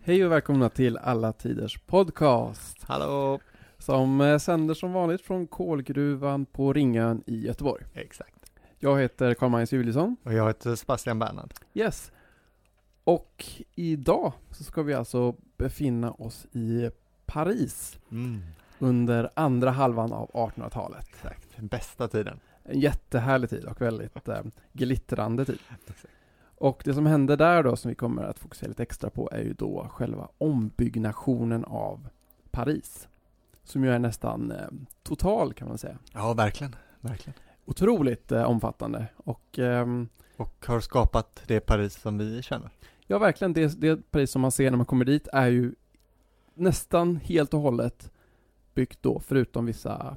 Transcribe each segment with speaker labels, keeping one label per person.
Speaker 1: Hej och välkomna till Alla Tiders Podcast
Speaker 2: Hallå!
Speaker 1: som eh, sänder som vanligt från kolgruvan på Ringön i Göteborg.
Speaker 2: Exakt.
Speaker 1: Jag heter Karl-Magnus Julisson.
Speaker 2: Och jag heter Sebastian Bernhard.
Speaker 1: Yes. Och idag så ska vi alltså befinna oss i Paris
Speaker 2: Mm.
Speaker 1: under andra halvan av 1800-talet.
Speaker 2: Exakt. Bästa tiden.
Speaker 1: En jättehärlig tid och väldigt eh, glittrande tid.
Speaker 2: Exakt.
Speaker 1: Och det som hände där då, som vi kommer att fokusera lite extra på, är ju då själva ombyggnationen av Paris. Som ju är nästan eh, total kan man säga.
Speaker 2: Ja, verkligen. Verkligen.
Speaker 1: Otroligt eh, omfattande. Och ehm,
Speaker 2: Och har skapat det Paris som vi känner.
Speaker 1: ja, verkligen, det, det Paris som man ser när man kommer dit är ju nästan helt och hållet byggt då, förutom vissa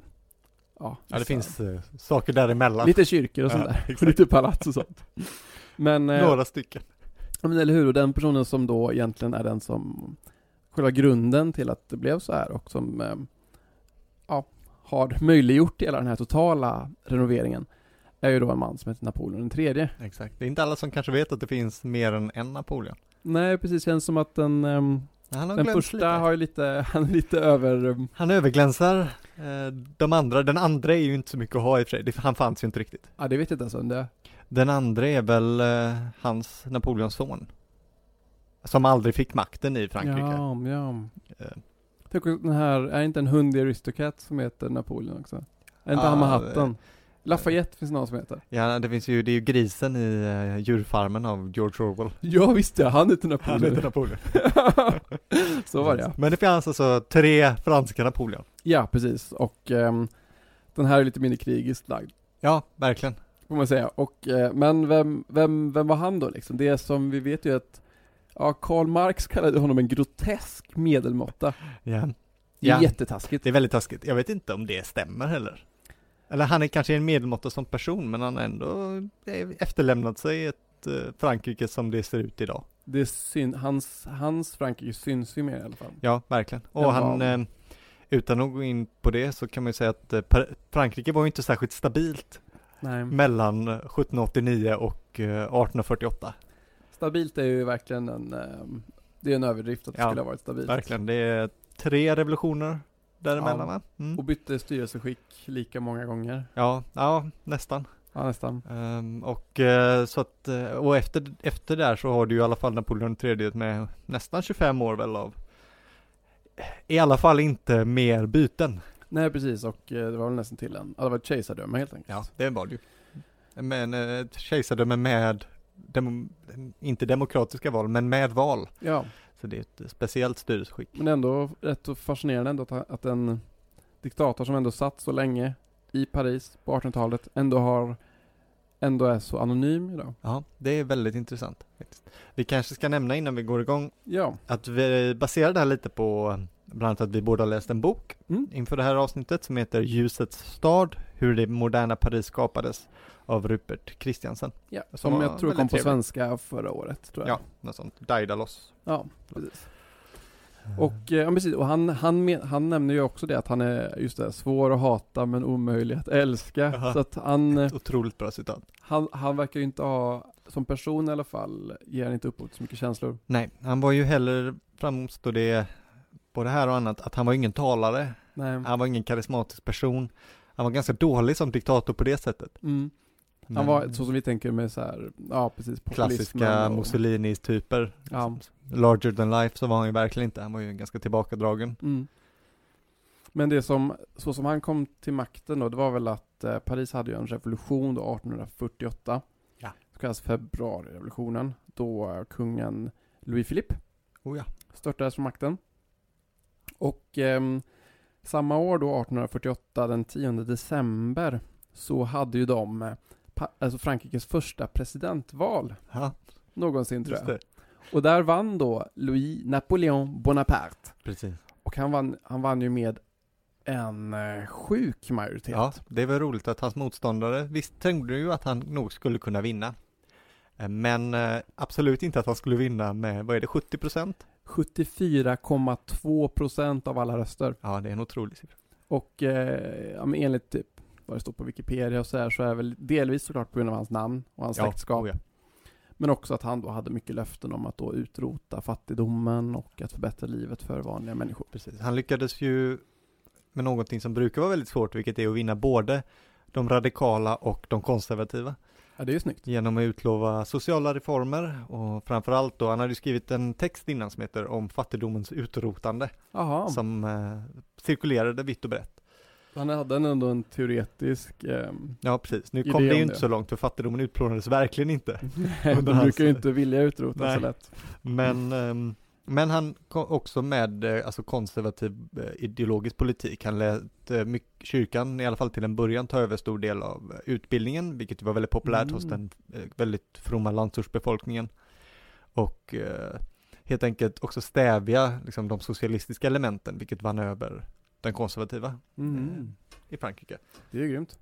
Speaker 1: Ja,
Speaker 2: Ja, det
Speaker 1: vissa-
Speaker 2: finns eh, saker däremellan.
Speaker 1: Lite kyrkor och sånt
Speaker 2: Ja,
Speaker 1: där.
Speaker 2: exakt.
Speaker 1: Och lite palats och sånt. Men, eh,
Speaker 2: Några stycken.
Speaker 1: Ja, Men eller hur, och den personen som då egentligen är den som själva grunden till att det blev så här och som eh, ja, har möjliggjort hela den här totala renoveringen är ju då en man som heter Napoleon den tredje.
Speaker 2: Exakt. Det är inte alla som kanske vet att det finns mer än en Napoleon.
Speaker 1: Nej, precis, känns som att den, ehm,
Speaker 2: Han har
Speaker 1: den
Speaker 2: glänst
Speaker 1: första
Speaker 2: lite.
Speaker 1: har ju lite, han är lite över, ehm,
Speaker 2: Han överglänsar eh, de andra. Den andra är ju inte så mycket att ha i och för sig. Det- Han fanns ju inte riktigt.
Speaker 1: ja det vet jag inte ens vem det är.
Speaker 2: Den andra är väl eh, hans Napoleons son. Som aldrig fick makten i Frankrike.
Speaker 1: Ja, ja.
Speaker 2: Eh,
Speaker 1: Tänk om den här, är det inte en hund i Aristocats som heter Napoleon också? Är det inte
Speaker 2: Ja,
Speaker 1: han med
Speaker 2: det-
Speaker 1: hatten? Lafayette finns det någon som heter.
Speaker 2: Ja, det finns ju, det är ju grisen i eh, djurfarmen av George Orwell.
Speaker 1: Ja visst ja, han heter Napoleon.
Speaker 2: Napoleon.
Speaker 1: så var det ja.
Speaker 2: Men det finns alltså tre franska Napoleon.
Speaker 1: Ja, precis. Och ehm, den här är lite mindre krigiskt lagd,
Speaker 2: Ja, verkligen.
Speaker 1: får man säga. Och, eh, men vem, vem, vem var han då liksom? Det som vi vet ju att Ja, Karl Marx kallade honom en grotesk medelmåtta.
Speaker 2: Ja.
Speaker 1: Det är
Speaker 2: ja.
Speaker 1: Jättetaskigt.
Speaker 2: Det är väldigt taskigt. Jag vet inte om det stämmer heller. Eller han är kanske en medelmåtta som person, men han har ändå eh, efterlämnat sig ett eh, Frankrike som det ser ut idag.
Speaker 1: Det är syn, hans, hans Frankrike syns ju mer i alla fall.
Speaker 2: Ja, verkligen. Och
Speaker 1: Jaha.
Speaker 2: han, eh, utan att gå in på det så kan man ju säga att eh, Par- Frankrike var ju inte särskilt stabilt
Speaker 1: Nej.
Speaker 2: mellan eh, 1789 och eh, 1848.
Speaker 1: Stabilt är ju verkligen en, ehm, det är en överdrift att det
Speaker 2: Ja,
Speaker 1: skulle ha varit stabilt.
Speaker 2: Verkligen, det är tre revolutioner däremellan
Speaker 1: Ja.
Speaker 2: va? Mm.
Speaker 1: Och bytte styrelseskick lika många gånger.
Speaker 2: Ja, ja, nästan.
Speaker 1: Ja, nästan.
Speaker 2: Ehm, och eh, så att, eh, och efter, efter där så har du ju i alla fall Napoleon III med nästan 25 år väl av i alla fall inte mer byten.
Speaker 1: Nej, precis. Och eh, det var väl nästan till en, ja, det var ett kejsardöme helt enkelt.
Speaker 2: det var det ju. Men eh, ett kejsardöme med, dem, inte demokratiska val, men med val.
Speaker 1: ja.
Speaker 2: Så det är ett speciellt styrelseskick.
Speaker 1: Men ändå rätt så fascinerande ändå att, ha- att en diktator som ändå satt så länge i Paris på 1800-talet ändå har ändå är så anonym idag.
Speaker 2: Ja, det är väldigt intressant. Faktiskt. Vi kanske ska nämna innan vi går igång
Speaker 1: Ja,
Speaker 2: att vi baserar det här lite på eh, bland annat att vi båda läst en bok
Speaker 1: Mm.
Speaker 2: inför det här avsnittet som heter Ljusets stad, hur det moderna Paris skapades av Rupert Christiansen.
Speaker 1: ja.
Speaker 2: Som
Speaker 1: som
Speaker 2: var
Speaker 1: jag tror kom
Speaker 2: väldigt
Speaker 1: på
Speaker 2: trevlig.
Speaker 1: svenska förra året tror jag.
Speaker 2: Ja, något sånt. Daidalos.
Speaker 1: ja precis. Och, eh, ja, precis. och han, han, men, han nämner ju också det att han är just det, svår att hata men omöjlig att älska.
Speaker 2: Jaha.
Speaker 1: Så att han, eh,
Speaker 2: Ett otroligt bra citat.
Speaker 1: han, han verkar ju inte ha, som person i alla fall, ger han inte upphov till så mycket känslor.
Speaker 2: Nej, han var ju heller, framstår det både här och annat, att han var ingen talare,
Speaker 1: Nej.
Speaker 2: han var ingen karismatisk person, han var ganska dålig som diktator på det sättet.
Speaker 1: Mm. Han
Speaker 2: Men-
Speaker 1: var så som vi tänker med så här, ja precis,
Speaker 2: klassiska
Speaker 1: populismen och-
Speaker 2: Mussolinis-typer.
Speaker 1: Ja.
Speaker 2: Larger than life så var han ju verkligen inte, han var ju ganska tillbakadragen.
Speaker 1: Mm. Men det som, så som han kom till makten då, det var väl att eh, Paris hade ju en revolution då 1848.
Speaker 2: Ja.
Speaker 1: Så kallas februarirevolutionen, då eh, kungen Louis Philippe
Speaker 2: Oh ja.
Speaker 1: störtades från makten. Och ehm, samma år då, 1848, den 10 december, så hade ju de eh, pa- alltså Frankrikes första presidentval
Speaker 2: ja
Speaker 1: någonsin tror
Speaker 2: just
Speaker 1: jag.
Speaker 2: det.
Speaker 1: Och där vann då Louis Napoleon Bonaparte.
Speaker 2: Precis.
Speaker 1: Och han vann, han vann ju med en eh, sjuk majoritet.
Speaker 2: Ja, det var roligt att hans motståndare, visst tänkte ju att han nog skulle kunna vinna. Eh, Men eh, absolut inte att han skulle vinna med, vad är det, 70 procent?
Speaker 1: 74,2 procent av alla röster.
Speaker 2: Ja, det är en otrolig siffra.
Speaker 1: Och eh, ja, men enligt typ vad det står på Wikipedia och så här så är väl delvis såklart på grund av hans namn och hans
Speaker 2: Ja,
Speaker 1: släktskap.
Speaker 2: oh ja.
Speaker 1: Men också att han då hade mycket löften om att då utrota fattigdomen och att förbättra livet för vanliga människor.
Speaker 2: Precis. Han lyckades ju med någonting som brukar vara väldigt svårt, vilket är att vinna både de radikala och de konservativa
Speaker 1: Ja, det är ju snyggt.
Speaker 2: genom att utlova sociala reformer och framförallt då, han hade ju skrivit en text innan som heter om fattigdomens utrotande
Speaker 1: Jaha,
Speaker 2: som eh, cirkulerade vitt och brett.
Speaker 1: han hade ändå en teoretisk... ehm,
Speaker 2: Ja, precis. Nu
Speaker 1: Idé
Speaker 2: kom det
Speaker 1: om
Speaker 2: ju inte
Speaker 1: det.
Speaker 2: så långt för fattigdomen utplånades verkligen inte.
Speaker 1: de
Speaker 2: Under hans-
Speaker 1: brukar ju inte vilja utrota
Speaker 2: Alltså. Nej.
Speaker 1: så lätt.
Speaker 2: Men, ehm, men han kom också med eh, alltså konservativ eh, ideologisk politik. Han lät eh, myck- kyrkan, i alla fall till en början, ta över stor del av eh, utbildningen, vilket ju var väldigt populärt hos
Speaker 1: Mm.
Speaker 2: den eh, väldigt fromma landsortsbefolkningen. Och eh, helt enkelt också stävja liksom, de socialistiska elementen, vilket vann över den konservativa
Speaker 1: Mm.
Speaker 2: i Frankrike.
Speaker 1: Det är ju grymt.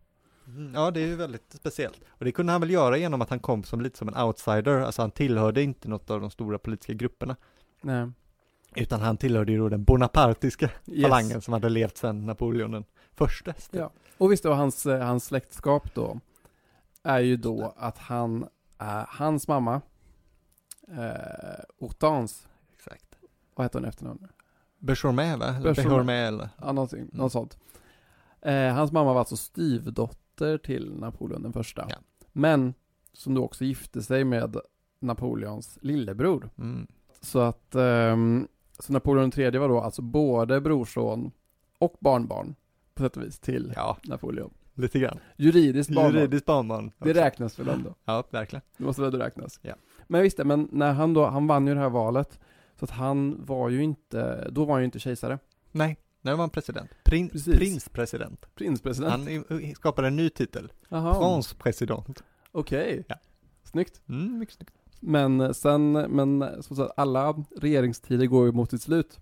Speaker 1: Mm.
Speaker 2: Ja, det är ju väldigt speciellt. Och det kunde han väl göra genom att han kom som lite som en outsider, alltså han tillhörde inte något av de stora politiska grupperna.
Speaker 1: Nej.
Speaker 2: Utan han tillhörde ju då den bonapartiska
Speaker 1: Yes.
Speaker 2: falangen som hade levt sedan Napoleon den första.
Speaker 1: Ja. Och visst, och hans, eh, hans släktskap då är ju då att han, eh, hans mamma, eh, Hortense,
Speaker 2: Exakt.
Speaker 1: vad heter hon i efternamn?
Speaker 2: Bechormé va? Eller
Speaker 1: Bechormé.
Speaker 2: Bechormé eller?
Speaker 1: Ja, någonting,
Speaker 2: Mm.
Speaker 1: något sånt. Eh, hans mamma var alltså styvdotter till Napoleon den första.
Speaker 2: Ja.
Speaker 1: Men som då också gifte sig med Napoleons lillebror.
Speaker 2: Mm.
Speaker 1: Så att ehm, så Napoleon den tredje var då alltså både brorson och barnbarn på sätt och vis till
Speaker 2: Ja,
Speaker 1: Napoleon.
Speaker 2: lite grann.
Speaker 1: Juridiskt barnbarn.
Speaker 2: Juridiskt alltså. barnbarn.
Speaker 1: Det
Speaker 2: också.
Speaker 1: räknas väl ändå?
Speaker 2: Ja, verkligen.
Speaker 1: Det måste väl ändå räknas?
Speaker 2: Ja.
Speaker 1: Men visst, det, men när han då, han vann ju det här valet. Så att han var ju inte, då var han ju inte kejsare.
Speaker 2: Nej, nu var han president. Prin,
Speaker 1: Precis.
Speaker 2: prinspresident.
Speaker 1: Prinspresident.
Speaker 2: Han i- skapade en ny titel.
Speaker 1: Jaha.
Speaker 2: Franspresident.
Speaker 1: Okej.
Speaker 2: Ja.
Speaker 1: Snyggt.
Speaker 2: Mm, mycket snyggt.
Speaker 1: Men eh, sen, men eh, som sagt, alla regeringstider går ju mot sitt slut.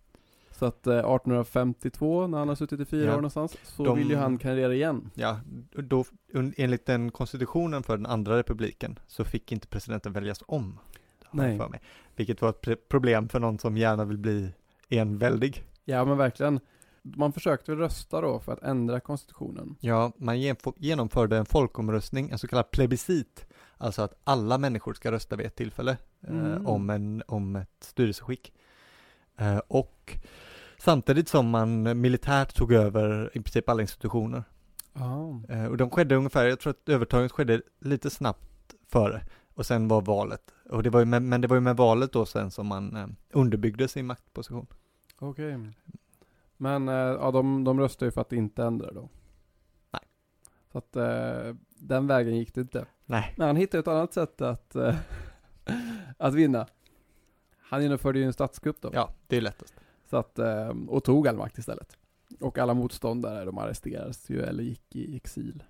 Speaker 1: Så att eh, 1852, när han har suttit i fyra år
Speaker 2: Ja.
Speaker 1: någonstans, så
Speaker 2: De-
Speaker 1: vill ju han kandidera igen.
Speaker 2: Ja, då, un- enligt den konstitutionen för den andra republiken så fick inte presidenten väljas om. har jag
Speaker 1: Nej.
Speaker 2: För mig. Vilket var ett pre- problem för någon som gärna vill bli enväldig.
Speaker 1: Ja men verkligen. Man försökte väl rösta då för att ändra konstitutionen.
Speaker 2: Ja, man genf- genomförde en folkomröstning, en så kallad plebiscit, alltså att alla människor ska rösta vid ett tillfälle
Speaker 1: Mm.
Speaker 2: eh, om, en, om ett styrelseskick. Eh, och samtidigt som man militärt tog över i princip alla institutioner.
Speaker 1: Ja.
Speaker 2: Eh, och de skedde ungefär, jag tror att övertagandet skedde lite snabbt före och sen var valet. Och det var ju med, men det var ju med valet då sen som man eh, underbyggde sin maktposition.
Speaker 1: Okej. Men eh, ja, de, de röstade ju för att inte ändra då.
Speaker 2: Nej.
Speaker 1: Så att eh, den vägen gick det inte.
Speaker 2: Nej.
Speaker 1: Men han hittade ett annat sätt att, eh, att vinna. Han genomförde ju en statskupp då.
Speaker 2: Ja, det är lättast.
Speaker 1: Så att, eh, och tog all makt istället. Och alla motståndare, de arresterades ju eller gick i exil.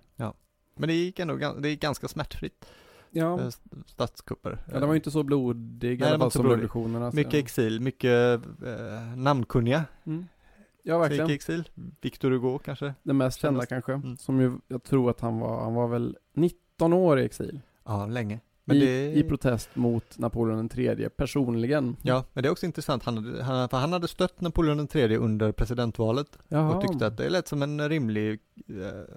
Speaker 2: Men det gick ändå gan- det gick ganska smärtfritt,
Speaker 1: Ja,
Speaker 2: eh, st- statskupper.
Speaker 1: ja de var ju inte så blodiga i
Speaker 2: den
Speaker 1: alla
Speaker 2: var
Speaker 1: fall
Speaker 2: inte så
Speaker 1: som
Speaker 2: blodig.
Speaker 1: revolutionerna. så- alltså.
Speaker 2: Mycket exil, mycket eh, namnkunniga
Speaker 1: Mm. Ja,
Speaker 2: som gick i
Speaker 1: verkligen.
Speaker 2: exil. Victor Hugo kanske?
Speaker 1: Den mest kända
Speaker 2: Kändes-
Speaker 1: kanske.
Speaker 2: Mm.
Speaker 1: Som ju, jag tror att han var, han var väl 19 år i exil.
Speaker 2: Ja, länge.
Speaker 1: I, I protest mot Napoleon den tredje personligen.
Speaker 2: ja, men det är också intressant, han hade, han, för han hade stött Napoleon III under presidentvalet
Speaker 1: Jaha.
Speaker 2: och tyckte att det lät som en rimlig eh,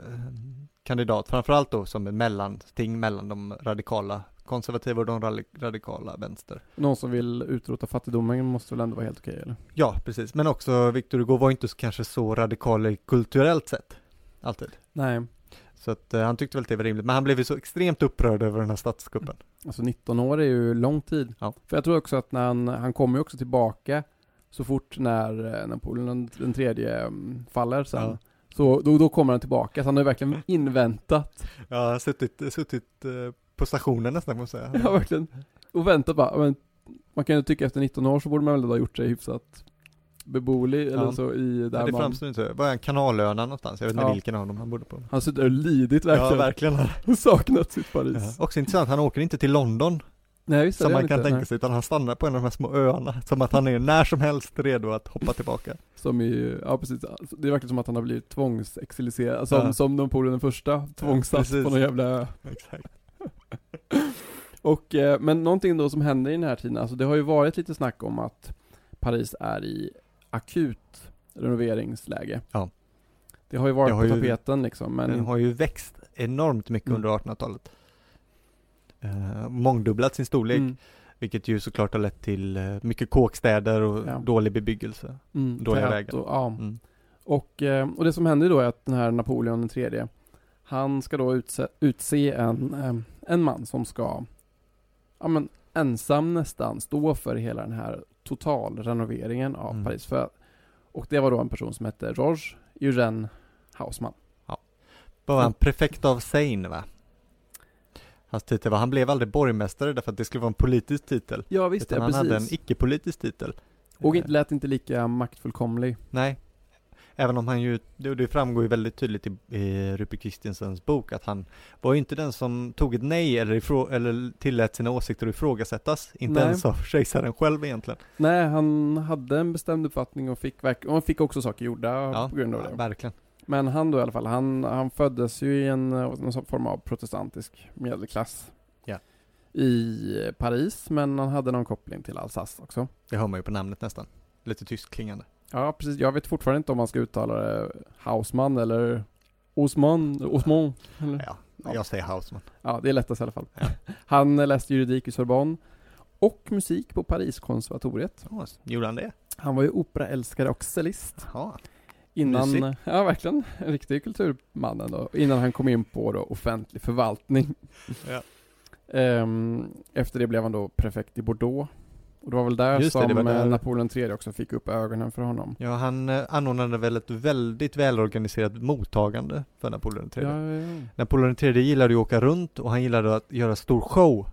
Speaker 2: kandidat, framförallt då som en mellanting mellan de radikala konservativa och de rali- radikala vänster.
Speaker 1: Någon som vill utrota fattigdomen måste väl ändå vara helt okej eller?
Speaker 2: Ja, precis, men också Victor Hugo var inte så- kanske så radikal i kulturellt sett, alltid.
Speaker 1: Nej,
Speaker 2: Så att eh, han tyckte väl att det var rimligt, men han blev ju så extremt upprörd över den här statskuppen.
Speaker 1: Alltså 19 år är ju lång tid.
Speaker 2: Ja.
Speaker 1: För jag tror också att när han, han kommer ju också tillbaka så fort när eh, Napoleon den tredje mm, faller sen.
Speaker 2: Ja.
Speaker 1: Så då, då kommer han tillbaka, så han har ju verkligen inväntat.
Speaker 2: Ja, jag har suttit, suttit eh, på stationen nästan kan man säga.
Speaker 1: Ja, verkligen. Och väntat bara. Men man kan ju tycka efter 19 år så borde man väl ha gjort sig hyfsat beboelig eller
Speaker 2: Ja.
Speaker 1: så i där
Speaker 2: Men det
Speaker 1: man...
Speaker 2: framstår inte, var är han Kanalöarna någonstans? Jag vet inte
Speaker 1: Ja.
Speaker 2: vilken av dem han bodde på.
Speaker 1: Han sitter och lidit verkligen.
Speaker 2: verkligen.
Speaker 1: Och saknat sitt
Speaker 2: Ja.
Speaker 1: Paris.
Speaker 2: Också intressant, han åker inte till London
Speaker 1: Nej, visst är
Speaker 2: som
Speaker 1: det
Speaker 2: man
Speaker 1: inte,
Speaker 2: kan tänka
Speaker 1: nej.
Speaker 2: sig, utan han stannar på en av de här små öarna. Som att han är när som helst redo att hoppa tillbaka.
Speaker 1: Som i, ja precis, Alltså, det verkar som att han har blivit tvångsexiliserad, alltså, som,
Speaker 2: Ja.
Speaker 1: som Napoleon den första, tvångsatt
Speaker 2: precis.
Speaker 1: på någon jävla ö.
Speaker 2: Exakt.
Speaker 1: Och, eh, men någonting då som händer i den här tiden, alltså det har ju varit lite snack om att Paris är i akut renoveringsläge.
Speaker 2: Ja.
Speaker 1: Det har ju varit
Speaker 2: Det
Speaker 1: på
Speaker 2: har ju-
Speaker 1: tapeten liksom, men
Speaker 2: Den har ju växt enormt mycket
Speaker 1: Mm.
Speaker 2: under 1800-talet. eh, mångdubblat sin storlek,
Speaker 1: Mm,
Speaker 2: vilket ju såklart har lett till eh, mycket kåkstäder och
Speaker 1: Ja.
Speaker 2: dålig bebyggelse.
Speaker 1: mm,
Speaker 2: dåliga
Speaker 1: tät
Speaker 2: vägar.
Speaker 1: Och, ja.
Speaker 2: Mm.
Speaker 1: Och, eh, och det som händer då är att den här Napoleon III, han ska då utse, utse en, eh, en man som ska, ja men ensam nästan, stå för hela den här totalrenoveringen av
Speaker 2: Mm.
Speaker 1: Paris. För, och det var då en person som hette Georges Eugen Haussmann.
Speaker 2: Var han prefekt av Seine va? Hans titel var, han blev aldrig borgmästare därför att det skulle vara en politisk titel.
Speaker 1: Ja visst,
Speaker 2: utan han hade en icke-politisk titel.
Speaker 1: Och
Speaker 2: Eh,
Speaker 1: inte, lät inte lika maktfullkomlig.
Speaker 2: Nej. Även om han ju, det det framgår ju väldigt tydligt i, i Rupert Christensens bok att han var ju inte den som tog ett nej eller, ifrå, eller tillät sina åsikter att ifrågasättas. Inte
Speaker 1: Nej.
Speaker 2: ens av kejsaren själv egentligen.
Speaker 1: Nej, han hade en bestämd uppfattning och fick, verk- och han fick också saker gjorda på grund av det.
Speaker 2: verkligen.
Speaker 1: Men han då i alla fall, han, han föddes ju i en eh, någon sån form av protestantisk medelklass
Speaker 2: Ja.
Speaker 1: i Paris, men han hade någon koppling till Alsace också.
Speaker 2: Det hör man ju på namnet nästan. Lite tyst klingande.
Speaker 1: Ja, precis. Jag vet fortfarande inte om man ska uttala det Hausman eller Osman, Osman. Eller?
Speaker 2: Ja,
Speaker 1: Mm. Ja.
Speaker 2: jag säger Hausman.
Speaker 1: Ja, det är lättast i alla fall. Han eh, läste juridik i Sorbonne och musik på Pariskonservatoriet.
Speaker 2: Ja, gjorde han det?
Speaker 1: Han var ju operaälskare och cellist.
Speaker 2: Ja.
Speaker 1: Innan, eh,
Speaker 2: Mysigt.
Speaker 1: ja verkligen, en riktig kulturman ändå, innan han kom in på då offentlig förvaltning.
Speaker 2: Ja.
Speaker 1: Ehm, efter det blev han då prefekt i Bordeaux. Och det var väl där
Speaker 2: Just det,
Speaker 1: som
Speaker 2: det var där.
Speaker 1: eh, Napoleon III också fick upp ögonen för honom.
Speaker 2: Ja, han eh, anordnade väl ett väldigt välorganiserat mottagande för Napoleon III.
Speaker 1: Ja, ja, ja.
Speaker 2: Napoleon III gillade ju att åka runt och han gillade att göra stor show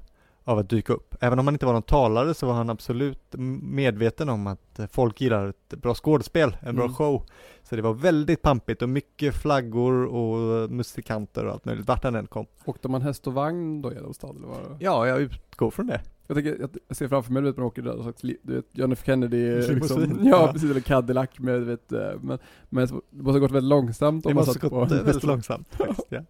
Speaker 2: av att dyka upp. Även om han inte var någon talare så var han absolut m- medveten om att eh, folk gillar ett bra skådespel, en bra
Speaker 1: Mm.
Speaker 2: show. Så det var väldigt pampigt och mycket flaggor och eh, musikanter och allt möjligt, vart han än kom.
Speaker 1: Åkte man häst och vagn då i Edelstad? Eller var det?
Speaker 2: Ja, jag utgår från det.
Speaker 1: Jag, tänker, jag jag ser framför mig du vet, man åker där och slags, li- du vet, John F Kennedy, eh, liksom,
Speaker 2: Limousin.
Speaker 1: ja
Speaker 2: Ja.
Speaker 1: precis, eller Cadillac med, du vet, eh, men, men så- det måste ha gått väldigt långsamt
Speaker 2: Det
Speaker 1: om man
Speaker 2: måste
Speaker 1: satt
Speaker 2: gått
Speaker 1: på
Speaker 2: eh, väldigt långsamt faktiskt. Ja.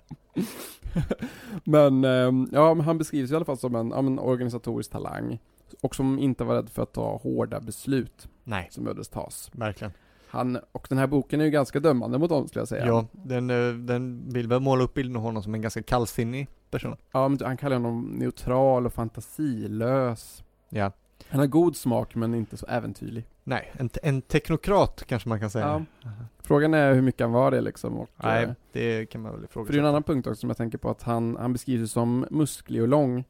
Speaker 1: Men ehm, ja, men han beskrivs i alla fall som en ja, men organisatorisk talang. Och som inte var rädd för att ta hårda beslut
Speaker 2: Nej,
Speaker 1: som behövdes tas.
Speaker 2: verkligen.
Speaker 1: Han, och den här boken är ju ganska dömande mot honom skulle jag säga.
Speaker 2: Ja, den, eh, den vill väl måla upp bilden av honom som en ganska kallsinnig person.
Speaker 1: Ja, men han kallar honom neutral och fantasilös.
Speaker 2: Ja.
Speaker 1: Han har god smak men inte så äventyrlig.
Speaker 2: Nej, en, te- en teknokrat kanske man kan säga.
Speaker 1: Ja. Frågan är hur mycket han var det liksom. Och, eh,
Speaker 2: Nej, det kan man
Speaker 1: för
Speaker 2: väl
Speaker 1: det är en
Speaker 2: ifrågasätta.
Speaker 1: annan punkt också som jag tänker på att han, han beskrivs ju som musklig och lång.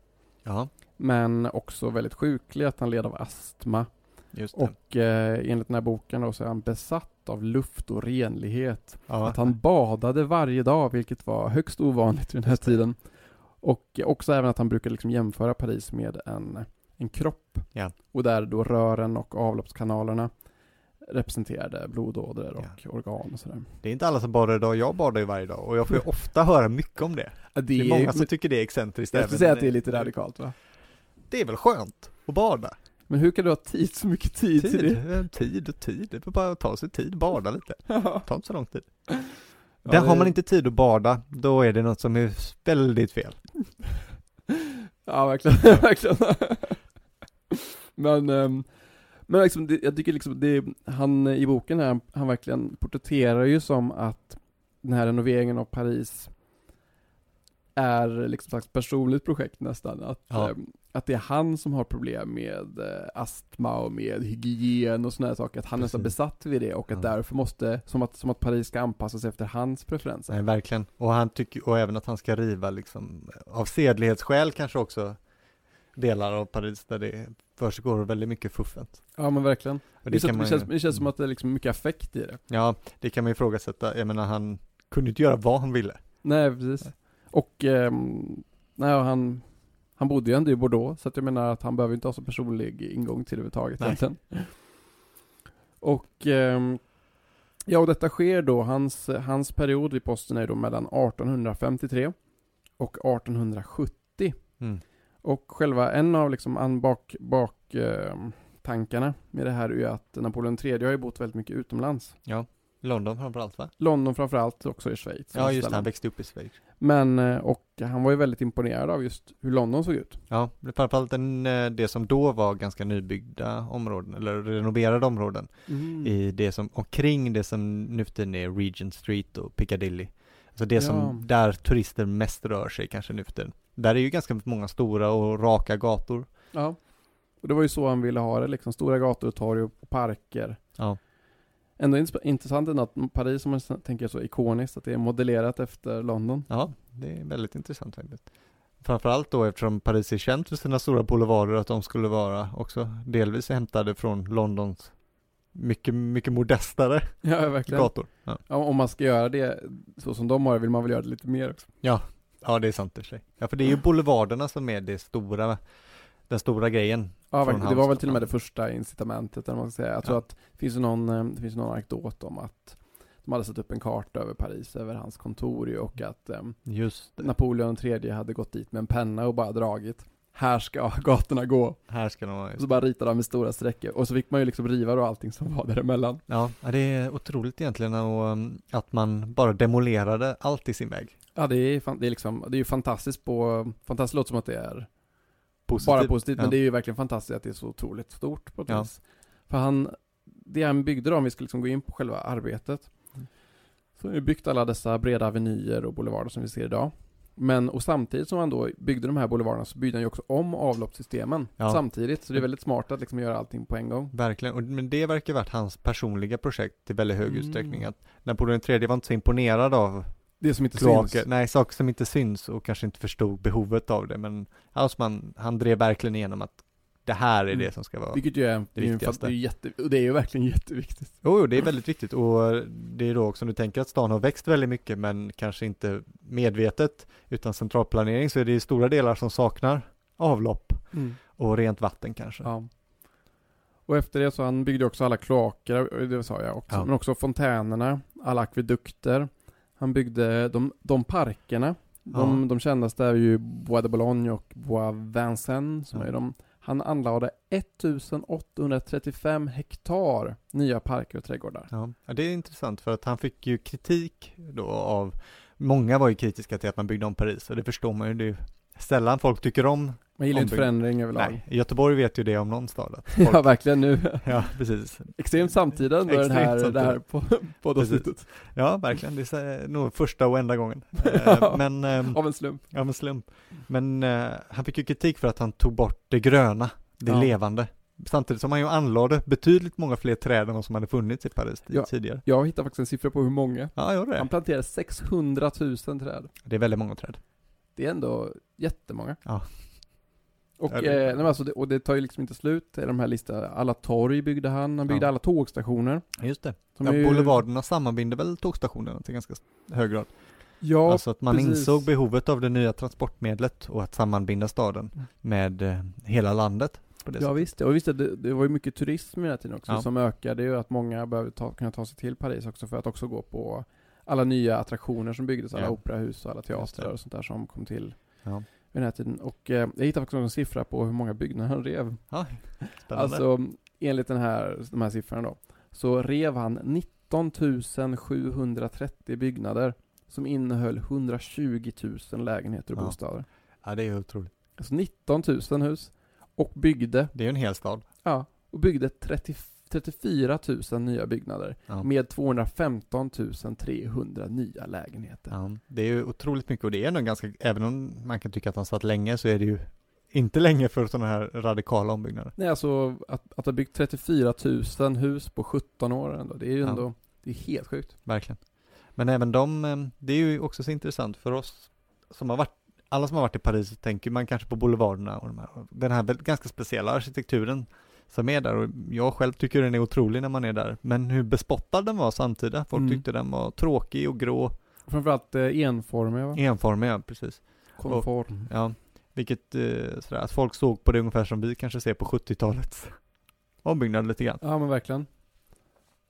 Speaker 2: Ja,
Speaker 1: Men också väldigt sjuklig, att han led av astma.
Speaker 2: just det.
Speaker 1: Och eh, enligt den här boken då, så är han besatt av luft och renlighet.
Speaker 2: ja.
Speaker 1: Att han badade varje dag, vilket var högst ovanligt vid den här tiden. Och också även att han brukade liksom jämföra Paris med en, en kropp.
Speaker 2: Ja.
Speaker 1: Och där då rören och avloppskanalerna representerade blodådror och organ och sådär.
Speaker 2: Det är inte alla som badar idag, jag badar ju varje dag och jag får ju
Speaker 1: Mm.
Speaker 2: ofta höra mycket om det. Det är många som tycker det är excentriskt.
Speaker 1: jag skulle
Speaker 2: även-
Speaker 1: säga att det är lite radikalt va?
Speaker 2: Det är väl skönt att bada?
Speaker 1: Men hur kan du ha tid, så mycket tid, till det?
Speaker 2: Tid, eh, tid, och tid. Det får bara ta sig tid, bada lite.
Speaker 1: ja,
Speaker 2: Ta inte så lång tid.
Speaker 1: Ja,
Speaker 2: Där
Speaker 1: det-
Speaker 2: har man inte tid att bada, då är det något som är väldigt fel.
Speaker 1: Ja, verkligen. verkligen. men ehm, men liksom, det, jag tycker liksom, det, han eh, i boken här, han verkligen porträtterar ju som att den här renoveringen av Paris är liksom ett slags personligt projekt nästan. Att,
Speaker 2: Ja.
Speaker 1: ehm, att det är han som har problem med eh, astma och med hygien och sådana här saker. Att han är nästan
Speaker 2: Precis.
Speaker 1: besatt vid det och att
Speaker 2: Ja.
Speaker 1: därför måste, som att, som att Paris ska anpassas efter hans preferenser.
Speaker 2: Nej, verkligen. Och han tycker, och även att han ska riva liksom, av sedlighetsskäl kanske också, delar av Paris där det försiggår väldigt mycket fuffens.
Speaker 1: Ja men verkligen.
Speaker 2: Och
Speaker 1: Det, är så att
Speaker 2: kan
Speaker 1: det,
Speaker 2: man
Speaker 1: känns,
Speaker 2: ju- mm.
Speaker 1: det känns som att det är liksom mycket affekt i det.
Speaker 2: Ja, det kan man ju ifrågasätta. Jag menar, han kunde ju inte göra vad han ville.
Speaker 1: Nej, precis. Och, ehm, nej, och han, han bodde ju ändå i Bordeaux, så att jag menar att han behöver inte ha så personlig ingång till det överhuvudtaget
Speaker 2: Nej.
Speaker 1: egentligen. Och, ehm, ja, och detta sker då, hans, hans period vid posten är då mellan 1853 och 1870.
Speaker 2: Mm.
Speaker 1: Och själva en av liksom an, bak, bak ehm, tankarna med det här är ju att Napoleon III har ju bott väldigt mycket utomlands.
Speaker 2: London framförallt va?
Speaker 1: London framförallt, också i Schweiz.
Speaker 2: Ja just det,
Speaker 1: Ställen.
Speaker 2: han växte upp i Schweiz.
Speaker 1: Men, eh, och han var ju väldigt imponerad av just hur London såg ut.
Speaker 2: Ja, men framförallt den, eh, det som då var ganska nybyggda områden, eller renoverade områden,
Speaker 1: Mm.
Speaker 2: i det som, omkring det som nu för tiden är Regent Street och Piccadilly. Alltså det
Speaker 1: Ja.
Speaker 2: som, där turister mest rör sig kanske nu för tiden. Där är ju ganska många stora och raka gator.
Speaker 1: Ja. Och det var ju så han ville ha det, liksom stora gator och torg och parker.
Speaker 2: Ja.
Speaker 1: Ändå ins- intressant ändå att Paris, som man s- tänker är så ikoniskt, att det är modellerat efter London.
Speaker 2: Ja, det är väldigt intressant faktiskt. Framförallt då eftersom Paris är känt för sina stora boulevarder att de skulle vara också delvis hämtade från Londons mycket, mycket modestare
Speaker 1: Ja, verkligen.
Speaker 2: gator. Ja.
Speaker 1: Ja, om man ska göra det så som de har det vill man väl göra det lite mer också.
Speaker 2: ja, det är sant i och för sig. Ja, för det är ju boulevarderna som är det stora, den stora grejen.
Speaker 1: Ja,
Speaker 2: Från
Speaker 1: verkligen. Det var väl
Speaker 2: Halmstad,
Speaker 1: till och med
Speaker 2: ja.
Speaker 1: det första incitamentet, eller vad man ska säga. Jag tror
Speaker 2: Ja.
Speaker 1: att det finns ju någon, eh, det finns ju någon anekdot om att de hade satt upp en karta över Paris, över hans kontor ju, och att eh,
Speaker 2: Just
Speaker 1: Napoleon III hade gått dit med en penna och bara dragit. Här ska gatorna gå.
Speaker 2: Här ska de vara.
Speaker 1: Och så bara ritade han med stora streck. Och så fick man ju liksom riva då allting som var däremellan.
Speaker 2: Ja, ja, det är otroligt egentligen och, um, att man bara demolerade allt i sin väg.
Speaker 1: Ja, det är, fan, det är, liksom, det är ju fantastiskt på, fantastiskt låter som att det är
Speaker 2: Positivt.
Speaker 1: bara positivt,
Speaker 2: ja.
Speaker 1: men det är ju verkligen fantastiskt att det är så otroligt stort på ett
Speaker 2: Ja.
Speaker 1: vis. För han, det han byggde då, om vi ska liksom gå in på själva arbetet,
Speaker 2: Mm.
Speaker 1: så har han ju byggt alla dessa breda avenyer och boulevarder som vi ser idag. Men, och samtidigt som han då byggde de här boulevarderna så byggde han ju också om avloppssystemen
Speaker 2: Ja.
Speaker 1: samtidigt. Så det är väldigt smart att liksom göra allting på en gång.
Speaker 2: Verkligen, och, men det verkar varit hans personliga projekt i väldigt hög
Speaker 1: Mm.
Speaker 2: utsträckning. Att Napoleon III var inte så imponerad av
Speaker 1: Det som inte
Speaker 2: kloaker,
Speaker 1: syns.
Speaker 2: nej saker som inte syns och kanske inte förstod behovet av det. Men Haussmann, han drev verkligen igenom att det här är
Speaker 1: Mm.
Speaker 2: det som ska vara.
Speaker 1: Vilket ju är, det är, ju en fast,
Speaker 2: viktigaste.
Speaker 1: det är ju jätte, och det är ju verkligen jätteviktigt.
Speaker 2: Jo, jo, det är väldigt viktigt och det är då också om du tänker att stan har växt väldigt mycket men kanske inte medvetet utan centralplanering så är det i stora delar som saknar avlopp och rent vatten kanske.
Speaker 1: Ja. Och efter det så han byggde också alla kloaker, det sa jag också,
Speaker 2: Ja.
Speaker 1: men också fontänerna, alla akvedukter. Han byggde de, de parkerna. De, de kändaste är ju Bois de Boulogne och Bois Vincennes. Som
Speaker 2: Ja.
Speaker 1: är de, han anlade 1835 hektar nya parker och trädgårdar.
Speaker 2: Ja, ja, det är intressant för att han fick ju kritik då av, många var ju kritiska till att man byggde om Paris och det förstår man ju, det är ju sällan folk tycker om,
Speaker 1: Man gillar ju inte
Speaker 2: Ombyggnad.
Speaker 1: förändring överlag.
Speaker 2: nej, Göteborg vet ju det om någon stad. att
Speaker 1: Ja,
Speaker 2: folk-
Speaker 1: verkligen nu.
Speaker 2: ja, precis.
Speaker 1: Extremt samtida under den
Speaker 2: Extremt
Speaker 1: här, det
Speaker 2: samtida.
Speaker 1: här på, på
Speaker 2: Precis.
Speaker 1: avsnittet.
Speaker 2: Ja, verkligen, det är eh, nog första och enda gången. Eh, Men, ehm,
Speaker 1: Av en slump.
Speaker 2: av en slump. Men eh, han fick ju kritik för att han tog bort det gröna, det
Speaker 1: Ja.
Speaker 2: levande. Samtidigt som han ju anlade betydligt många fler träd än vad som hade funnits i Paris
Speaker 1: Ja.
Speaker 2: tidigare.
Speaker 1: Jag hittade faktiskt en siffra på hur många.
Speaker 2: Ja, gör det.
Speaker 1: Han planterade 600 000 träd.
Speaker 2: Det är väldigt många träd.
Speaker 1: Det är ändå jättemånga.
Speaker 2: Ja.
Speaker 1: Och,
Speaker 2: Ja,
Speaker 1: eh,
Speaker 2: det-
Speaker 1: nej, men alltså det, och det tar ju liksom inte slut i de här listorna. Alla torg byggde han, han byggde
Speaker 2: Ja.
Speaker 1: alla tågstationer.
Speaker 2: Just det.
Speaker 1: Som
Speaker 2: ja,
Speaker 1: är ju-
Speaker 2: Boulevarderna sammanbinder väl tågstationerna till ganska hög grad.
Speaker 1: Ja,
Speaker 2: alltså att man
Speaker 1: precis.
Speaker 2: insåg behovet av det nya transportmedlet och att sammanbinda staden
Speaker 1: Mm.
Speaker 2: med eh, hela landet. På det
Speaker 1: ja
Speaker 2: sättet.
Speaker 1: visst. Och visst det, det var ju mycket turism i den här tiden också
Speaker 2: Ja.
Speaker 1: som ökade ju att många behövde ta, kunna ta sig till Paris också för att också gå på alla nya attraktioner som byggdes, alla
Speaker 2: Ja.
Speaker 1: operahus och alla
Speaker 2: Just det.
Speaker 1: teatrar och sånt där som kom till
Speaker 2: Ja.
Speaker 1: vid den här tiden. Och eh, jag hittade faktiskt också en siffra på hur många byggnader han rev.
Speaker 2: Ja, spännande.
Speaker 1: Alltså enligt den här, de här siffrorna då, så rev han 19 730 byggnader som innehöll 120 000 lägenheter och
Speaker 2: Ja.
Speaker 1: bostäder.
Speaker 2: ja, det är ju otroligt.
Speaker 1: Alltså 19 000 hus och byggde,
Speaker 2: Det är ju en hel stad.
Speaker 1: ja, och byggde 30, 34 000 nya byggnader
Speaker 2: Ja.
Speaker 1: med 215 300 nya lägenheter.
Speaker 2: Ja, det är ju otroligt mycket och det är nog ganska, även om man kan tycka att han satt länge så är det ju inte länge för sådana här radikala ombyggnader.
Speaker 1: Nej, alltså att, att ha byggt 34 000 hus på 17 år ändå, det är ju
Speaker 2: Ja.
Speaker 1: ändå, det är helt sjukt.
Speaker 2: Verkligen. Men även de, eh, det är ju också så intressant för oss som har varit, alla som har varit i Paris tänker man kanske på boulevarderna och de här, och den här väl- ganska speciella arkitekturen som är där och jag själv tycker den är otrolig när man är där. Men hur bespottad den var samtida, folk
Speaker 1: Mm.
Speaker 2: tyckte den var tråkig och grå,
Speaker 1: Framförallt eh, enformiga, va?
Speaker 2: enformig, ja, precis.
Speaker 1: konform.
Speaker 2: Ja, vilket eh, sådär, att folk såg på det ungefär som vi kanske ser på 70-talets ombyggnad lite grann.
Speaker 1: Ja men verkligen.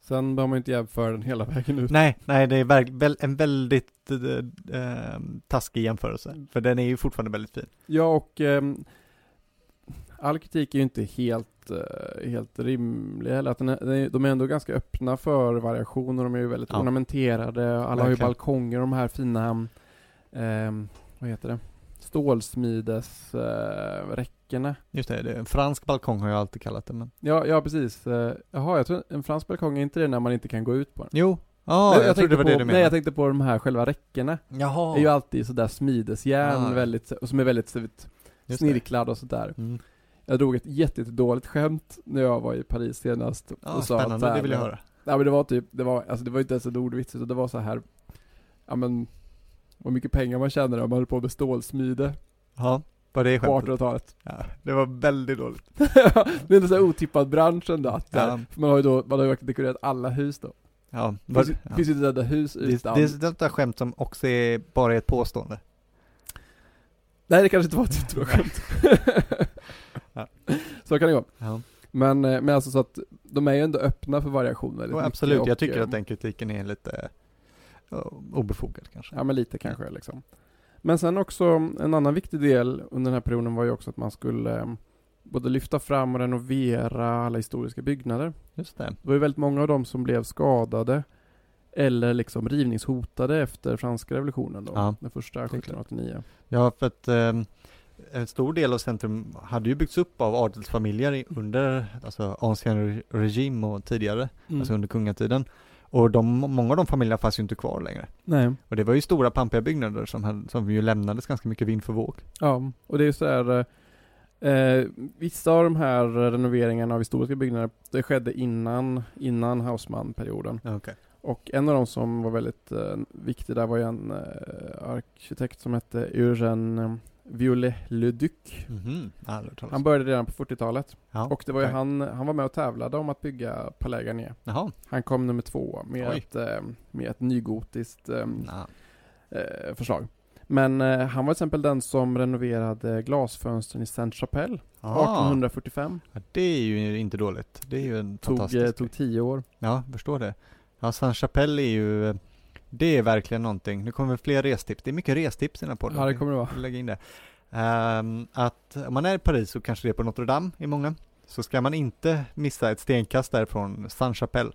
Speaker 1: Sen behöver man ju inte jämföra den hela vägen ut.
Speaker 2: Nej, nej, det är verk- väl, en väldigt eh, eh, taskig jämförelse, för den är ju fortfarande väldigt fin.
Speaker 1: Ja och ehm, all kritik är ju inte helt, eh, helt rimlig heller. Att den är, den är- de är ändå ganska öppna för variationer. De är ju väldigt
Speaker 2: Ja.
Speaker 1: ornamenterade. Alla har ju
Speaker 2: Verkligen.
Speaker 1: balkonger och de här fina, ehm, vad heter det, stålsmidesräckena. Eh, räckena.
Speaker 2: Just det, det är en fransk balkong har jag alltid kallat det, men
Speaker 1: ja, ja precis. Eh, jaha, jag tror en fransk balkong är inte det när man inte kan gå ut på den.
Speaker 2: jo, Ja,
Speaker 1: Nej,
Speaker 2: jag, trodde det
Speaker 1: tänkte
Speaker 2: var
Speaker 1: på,
Speaker 2: det du menade.
Speaker 1: Nej, jag tänkte på de här själva räckena.
Speaker 2: Jaha.
Speaker 1: Är ju alltid sådär smidesjärn,
Speaker 2: Ah.
Speaker 1: väldigt, och som är väldigt så vet,
Speaker 2: Just det.
Speaker 1: snirklad och sådär.
Speaker 2: Mm.
Speaker 1: Jag drog ett jättedåligt skämt när jag var i Paris senast. och
Speaker 2: Ja,
Speaker 1: sa att så
Speaker 2: Ah, spännande,
Speaker 1: här-
Speaker 2: det vill jag höra.
Speaker 1: Nej men det var typ, det var, alltså det var inte ens en ordvits, utan det var så här, ja men, vad mycket pengar man tjänade om man höll på med stålsmide
Speaker 2: Ja, var det
Speaker 1: på
Speaker 2: skämtet?
Speaker 1: 1800-talet.
Speaker 2: Ja, det var väldigt dåligt.
Speaker 1: det är en sån här otippad bransch ändå, att så här,
Speaker 2: Ja.
Speaker 1: för man har ju då, man har ju verkligen dekorerat alla hus då.
Speaker 2: Ja,
Speaker 1: Det
Speaker 2: var,
Speaker 1: finns, ju-
Speaker 2: ja.
Speaker 1: finns ju inte ett enda hus
Speaker 2: Det,
Speaker 1: utan,
Speaker 2: det är sånt där skämt som också är bara är ett påstående.
Speaker 1: nej det kanske inte var ett jättebra
Speaker 2: Ja.
Speaker 1: skämt. så kan det gå.
Speaker 2: Ja,
Speaker 1: Men, eh, men alltså så att, de är ju ändå öppna för variation väldigt
Speaker 2: och
Speaker 1: mycket
Speaker 2: absolut.
Speaker 1: och,
Speaker 2: jag tycker
Speaker 1: eh,
Speaker 2: att den kritiken är lite ja, obefogad kanske.
Speaker 1: Ja men lite kanske liksom. Men sen också en annan viktig del under den här perioden var ju också att man skulle eh, både lyfta fram och renovera alla historiska byggnader.
Speaker 2: Just det.
Speaker 1: Det var ju väldigt många av dem som blev skadade eller liksom rivningshotade efter franska revolutionen då,
Speaker 2: Ja,
Speaker 1: den första
Speaker 2: klart.
Speaker 1: 1789.
Speaker 2: Ja, för att ehm, en stor del av centrum hade ju byggts upp av adelsfamiljer i- under alltså ancien regim och tidigare, alltså under kungatiden. Och de, många av de familjerna fanns ju inte kvar längre.
Speaker 1: Nej.
Speaker 2: Och det var ju stora pampiga byggnader som, hade, som ju lämnades ganska mycket vind för våg.
Speaker 1: Ja, och det är ju så här eh, eh, vissa av de här renoveringarna av historiska byggnader, det skedde innan, innan Hausmann-perioden.
Speaker 2: Okej.
Speaker 1: Och en av de som var väldigt eh, viktig där var ju en eh, arkitekt som hette Eugen eh, Viollet-le-Duc.
Speaker 2: Mhm, aldrig hört
Speaker 1: Han
Speaker 2: talas
Speaker 1: började redan på 40-talet
Speaker 2: ja.
Speaker 1: och det var ju
Speaker 2: okej.
Speaker 1: han, han var med och tävlade om att bygga Palais Garnier.
Speaker 2: Jaha.
Speaker 1: Han kom nummer två med,
Speaker 2: Oj.
Speaker 1: ett, eh, med ett nygotiskt eh,
Speaker 2: Ja.
Speaker 1: eh, förslag. Men eh, han var till exempel den som renoverade glasfönstren i Saint-Chapelle
Speaker 2: Ah.
Speaker 1: 1845.
Speaker 2: Ja, det är ju inte dåligt. Det är ju en
Speaker 1: Tog, eh,
Speaker 2: fantastisk...
Speaker 1: tog tio år.
Speaker 2: Ja, jag förstår det. Ja, San Chapelle är ju... eh, Det är verkligen någonting. Nu kommer fler restips. Det är mycket restips i den här podden.
Speaker 1: Ja, det kommer det vara.
Speaker 2: Lägg in det. Ehm, att om man är i Paris så kanske det är på Notre Dame i många. Så ska man inte missa ett stenkast därifrån, San Chapelle.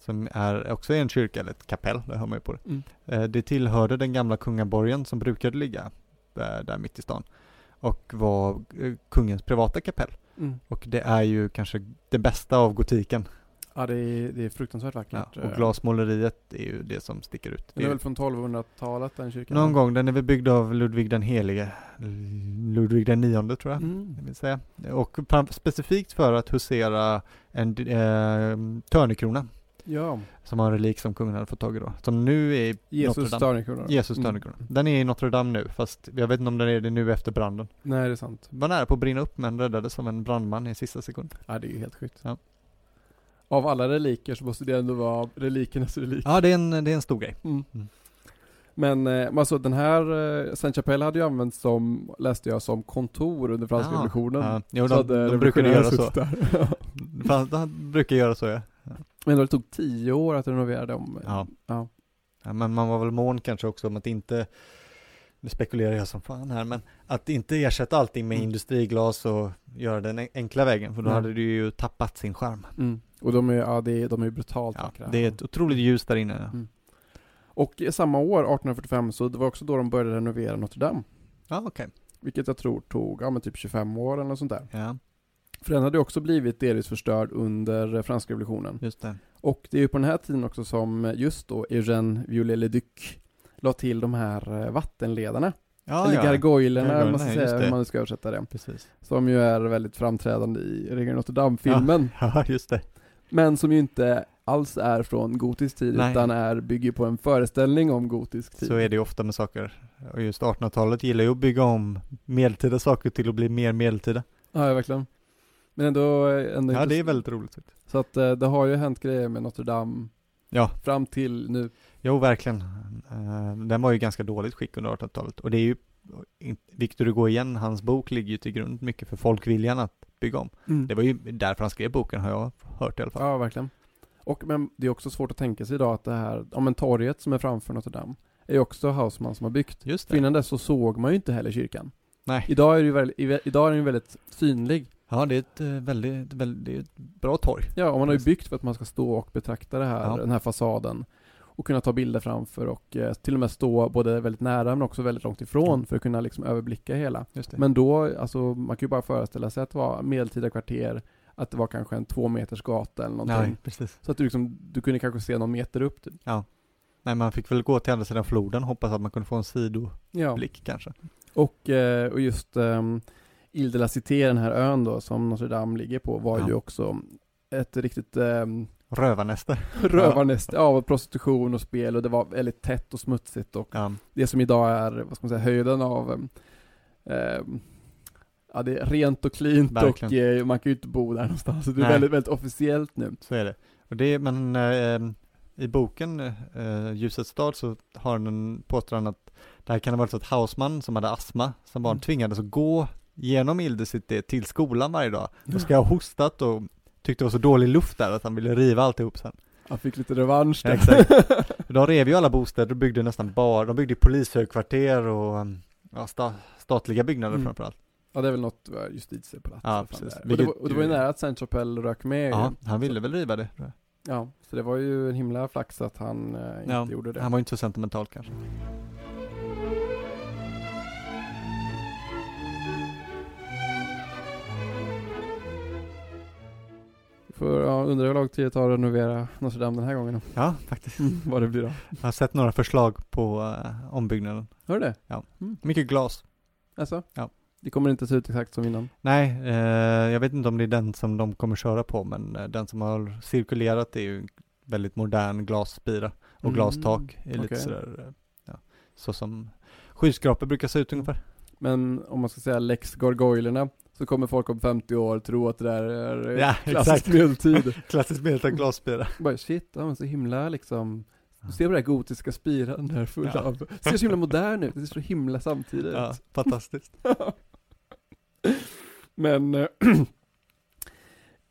Speaker 2: Som är också en kyrka, eller ett kapell, det hör man ju på det.
Speaker 1: Mm.
Speaker 2: Eh, Det tillhörde den gamla kungaborgen som brukade ligga eh, där mitt i stan. Och var eh, kungens privata kapell.
Speaker 1: Mm.
Speaker 2: Och det är ju kanske det bästa av gotiken.
Speaker 1: Ja, det är, det är fruktansvärt vackert.
Speaker 2: Och
Speaker 1: Eh,
Speaker 2: glasmåleriet är ju det som sticker ut. Det
Speaker 1: Den är
Speaker 2: är
Speaker 1: väl från 1200-talet den kyrkan?
Speaker 2: någon gång, den är väl byggd av Ludvig den helige, Ludvig den nionde tror jag.
Speaker 1: Mm.
Speaker 2: det vill säga. Och fram- specifikt för att husera en eh, törnekrona,
Speaker 1: Ja,
Speaker 2: som var en relik som kungen hade fått tag i då. Som nu är i
Speaker 1: Jesus
Speaker 2: Notre Dame.
Speaker 1: törnekrona.
Speaker 2: Jesus
Speaker 1: Mm.
Speaker 2: törnekrona. Den är i Notre Dame nu, fast jag vet inte om den är det nu efter branden.
Speaker 1: Nej, det är sant.
Speaker 2: Var nära på att brinna upp men räddades av en brandman i sista sekund.
Speaker 1: Ja, det är ju helt sjukt.
Speaker 2: Ja.
Speaker 1: Av alla reliker så måste det ändå vara relikernas relik.
Speaker 2: Ja, det är en, det är en stor grej.
Speaker 1: Men eh, men alltså den här eh, Saint Chapelle hade ju använts som, läste jag, som kontor under franska
Speaker 2: Ah,
Speaker 1: revolutionen.
Speaker 2: Ja, jo,
Speaker 1: Så
Speaker 2: de,
Speaker 1: att, eh,
Speaker 2: de, de brukar
Speaker 1: revolutionärerna
Speaker 2: göra så.
Speaker 1: suttit där.
Speaker 2: Fan, de brukar göra så ja.
Speaker 1: Men det tog tio år att renovera dem.
Speaker 2: Ja.
Speaker 1: Ja.
Speaker 2: Ja, men man var väl mån kanske också om att inte, nu spekulerar jag som fan här, men att inte ersätta allting med
Speaker 1: Mm.
Speaker 2: industriglas och göra den en- enkla vägen, för då
Speaker 1: Nej.
Speaker 2: hade det ju tappat sin charm.
Speaker 1: Mm. Och de är, ja, det är, de är brutalt
Speaker 2: Ja,
Speaker 1: vackra.
Speaker 2: det är ett otroligt ljus där inne.
Speaker 1: Mm. Och eh, samma år, 1845, så det var också då de började renovera Notre Dame.
Speaker 2: Ja, okej.
Speaker 1: Vilket jag tror tog, ja men typ 25 år eller något sånt där.
Speaker 2: Ja,
Speaker 1: För den hade ju också blivit delvis förstörd under eh, franska revolutionen.
Speaker 2: just det.
Speaker 1: Och det är ju på den här tiden också som eh, just då Eugène Viollet-le-Duc la till de här eh, vattenledarna.
Speaker 2: Ah, Ja,
Speaker 1: eller
Speaker 2: ja.
Speaker 1: gargoylerna, om
Speaker 2: Gargoylerna,
Speaker 1: man ska
Speaker 2: ja,
Speaker 1: säga
Speaker 2: just
Speaker 1: hur
Speaker 2: det.
Speaker 1: man ska översätta det.
Speaker 2: Precis.
Speaker 1: Som ju är väldigt framträdande i Ringen Notre Dame-filmen.
Speaker 2: Ja, just det.
Speaker 1: Men som ju inte alls är från gotisk tid
Speaker 2: Nej.
Speaker 1: utan är, bygger på en föreställning om gotisk tid.
Speaker 2: Så är det ju ofta med saker. Och just 1800-talet gillar ju att bygga om medeltida saker till att bli mer medeltida.
Speaker 1: Ja, ja, verkligen. Men ändå, eh, ändå
Speaker 2: Ja,
Speaker 1: inte-
Speaker 2: det är väldigt roligt.
Speaker 1: Så att eh, det har ju hänt grejer med Notre Dame
Speaker 2: Ja,
Speaker 1: fram till nu.
Speaker 2: Jo, verkligen. Eh, Den var ju ganska dåligt skick under 1800-talet och det är ju in- Victor Hugo igen, hans bok ligger ju till grund mycket för folkviljan att bygga om. Mm. Det var ju därför han skrev boken har jag hört i alla fall.
Speaker 1: Ja, verkligen. Och men det är också svårt att tänka sig idag att det här, ja men torget som är framför Notre Dame, är ju också Hausmann som har byggt.
Speaker 2: Just
Speaker 1: För
Speaker 2: det.
Speaker 1: innan dess så såg man ju inte heller kyrkan.
Speaker 2: Nej.
Speaker 1: Idag är, det ju väldigt, i- idag är den ju väldigt synlig.
Speaker 2: Ja, det är ett eh, väldigt, väldigt det är ett bra torg.
Speaker 1: Ja, och man har ju
Speaker 2: Just.
Speaker 1: byggt för att man ska stå och betrakta det här,
Speaker 2: Ja.
Speaker 1: den här fasaden och kunna ta bilder framför och eh, till och med stå både väldigt nära men också väldigt långt ifrån
Speaker 2: Mm.
Speaker 1: för att kunna liksom överblicka hela.
Speaker 2: Just det.
Speaker 1: Men då, alltså man kan ju bara föreställa sig att det var medeltida kvarter, att det var kanske en två meters gata eller någonting.
Speaker 2: Nej, precis.
Speaker 1: Så att du liksom, du kunde kanske se någon meter upp typ.
Speaker 2: Ja. Nej, man fick väl gå till andra sidan floden, hoppas att man kunde få en sidoblick
Speaker 1: Ja.
Speaker 2: kanske.
Speaker 1: Och, eh, och just um, Ile de la Cité, den här ön då som Notre Dame ligger på, var
Speaker 2: Ja.
Speaker 1: ju också ett riktigt ehm,
Speaker 2: Rövarnäster.
Speaker 1: rövarnäste av prostitution och spel och det var väldigt tätt och smutsigt och
Speaker 2: Ja.
Speaker 1: det som idag är, vad ska man säga, höjden av ehm, ehm, Ja, det är rent och cleant och
Speaker 2: Verkligen.
Speaker 1: eh, man kan ju inte bo där någonstans. Det är
Speaker 2: Nej.
Speaker 1: väldigt, väldigt officiellt nu.
Speaker 2: Så är det. Och det men eh, i boken eh, Ljusets stad så har den påstår han att det här kan ha varit så att Hausmann som hade astma som barn
Speaker 1: Mm.
Speaker 2: tvingades att gå genom Ilde City till skolan varje dag. Och ska ha hostat och tyckte det var så dålig luft där att han ville riva alltihop sen.
Speaker 1: Han fick lite revansch där.
Speaker 2: Exakt. De rev ju alla bostäder och byggde nästan bara, de byggde polishögkvarter och mm, ja, sta, statliga byggnader
Speaker 1: Mm.
Speaker 2: framförallt.
Speaker 1: Ja, det är väl något eh, justitiepalatset.
Speaker 2: Ja,
Speaker 1: och fan
Speaker 2: precis.
Speaker 1: där. Och det,
Speaker 2: Vilket
Speaker 1: var, och det var ju
Speaker 2: ju-
Speaker 1: nära att Saint Chapelle rök med.
Speaker 2: Ja,
Speaker 1: ju.
Speaker 2: han ville väl riva det. tror jag.
Speaker 1: Ja, så det var ju en himla flax att han eh, inte
Speaker 2: Ja,
Speaker 1: gjorde det.
Speaker 2: Han var ju inte så sentimental kanske.
Speaker 1: För, ja, undrar hur lång tid det tar att renovera Notre Dame den här gången. Mm,
Speaker 2: Ja, faktiskt.
Speaker 1: Vad det blir då.
Speaker 2: Jag har sett några förslag på eh, ombyggnaden.
Speaker 1: Hör du det?
Speaker 2: Mycket glas.
Speaker 1: Alltså?
Speaker 2: Ja.
Speaker 1: Det kommer inte se ut exakt som innan.
Speaker 2: Nej, eh, jag vet inte om det är den som de kommer köra på, men eh, den som har cirkulerat är ju en väldigt modern glasspira och
Speaker 1: Mm,
Speaker 2: glastak. Är lite
Speaker 1: okej.
Speaker 2: sådär, eh, ja, så som skyskrapor brukar se ut ungefär.
Speaker 1: Men om man ska säga lex gargoylerna så kommer folk om 50 år tro att det där är eh,
Speaker 2: Ja,
Speaker 1: klassisk medeltid.
Speaker 2: Klassiskt medeltida glasspira.
Speaker 1: Bara shit, de är så himla liksom du ser på den här gotiska spiran där full
Speaker 2: Ja.
Speaker 1: av, ser så himla modern ut, det ser så himla samtidigt ut.
Speaker 2: Ja, fantastiskt.
Speaker 1: Men eh,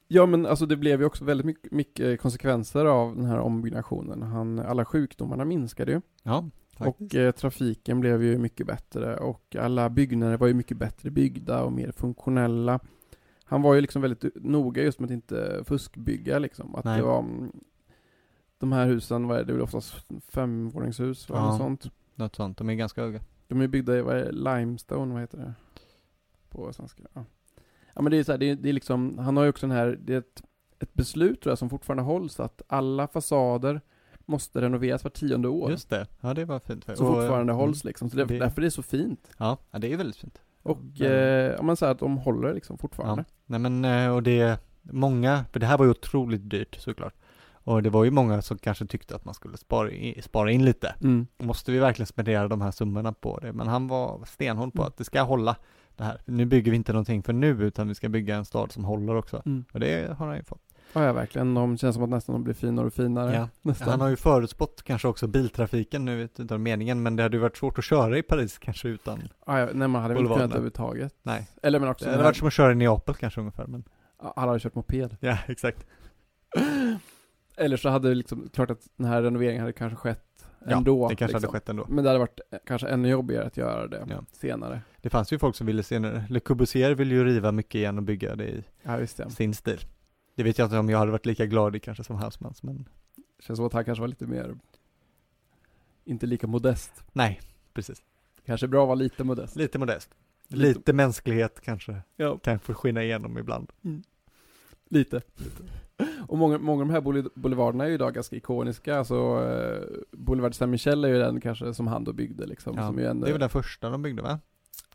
Speaker 1: Ja men alltså det blev ju också väldigt mycket, mycket konsekvenser av den här ombyggnationen. Han, alla sjukdomarna minskade ju
Speaker 2: Ja,
Speaker 1: och eh, trafiken blev ju mycket bättre och alla byggnader var ju mycket bättre byggda och mer funktionella. Han var ju liksom väldigt noga just med att inte fuskbygga liksom. Att
Speaker 2: Nej.
Speaker 1: det var mm, de här husen, vad är det, det är väl oftast femvåningshus eller
Speaker 2: Ja.
Speaker 1: något sånt.
Speaker 2: något sånt. De är ganska höga.
Speaker 1: De är byggda i, vad är det, limestone, vad heter det? På svenska. Ja, ja men det är så här, det är, det är liksom, han har ju också den här, det är ett, ett beslut tror jag som fortfarande hålls att alla fasader måste renoveras var tionde år.
Speaker 2: Just det, ja det var fint.
Speaker 1: som
Speaker 2: Och, eh,
Speaker 1: fortfarande
Speaker 2: mm.
Speaker 1: hålls liksom, så det,
Speaker 2: Det-
Speaker 1: därför det är så fint.
Speaker 2: Ja, ja, det är väldigt fint.
Speaker 1: Och,
Speaker 2: Ja.
Speaker 1: eh, om man säger att de håller liksom fortfarande.
Speaker 2: Nej men, eh, och det är många, för det här var ju otroligt dyrt såklart. Och det var ju många som kanske tyckte att man skulle spara in, spara in lite.
Speaker 1: Mm.
Speaker 2: Måste vi verkligen spendera de här summorna på det? Men han var stenhård på
Speaker 1: Mm.
Speaker 2: att det ska hålla det här. Nu bygger vi inte någonting för nu, utan vi ska bygga en stad som håller också.
Speaker 1: Mm.
Speaker 2: Och det har han ju fått.
Speaker 1: Ja, ja, verkligen. De känns som att nästan de blir finare och finare.
Speaker 2: Ja.
Speaker 1: Nästan.
Speaker 2: Han har ju förutspått kanske också biltrafiken, nu vet jag inte om meningen, men det hade ju varit svårt att köra i Paris kanske utan,
Speaker 1: ja, ja, nej, man hade väl inte
Speaker 2: Boulevarden.
Speaker 1: kunnat överhuvudtaget.
Speaker 2: nej.
Speaker 1: Eller men också,
Speaker 2: Det hade varit som att köra i Neapel kanske ungefär, men
Speaker 1: alla hade kört moped.
Speaker 2: ja, exakt.
Speaker 1: Eller så hade det liksom, klart att den här renoveringen hade kanske skett
Speaker 2: Ja,
Speaker 1: ändå.
Speaker 2: det kanske hade
Speaker 1: liksom.
Speaker 2: skett ändå.
Speaker 1: Men det hade varit eh, kanske ännu jobbigare att göra det
Speaker 2: Ja.
Speaker 1: senare.
Speaker 2: Det fanns ju folk som ville senare. Le Corbusier ville ju riva mycket igen och bygga det i
Speaker 1: Ja visst ja.
Speaker 2: sin stil. Det vet jag inte om jag hade varit lika glad i kanske som Hausmans, men
Speaker 1: Känns som att han kanske var lite mer, inte lika modest.
Speaker 2: nej, precis.
Speaker 1: Kanske bra att vara lite modest.
Speaker 2: Lite modest.
Speaker 1: Lite-
Speaker 2: Lite, mänsklighet kanske
Speaker 1: Ja.
Speaker 2: kan få skina igenom ibland.
Speaker 1: Lite. Och många, många av de här boule- boulevarderna är ju idag ganska ikoniska. Alltså eh, Boulevard Saint-Michel är ju den kanske som han då byggde liksom.
Speaker 2: Ja,
Speaker 1: Som ju ändå,
Speaker 2: Det var den första de byggde va?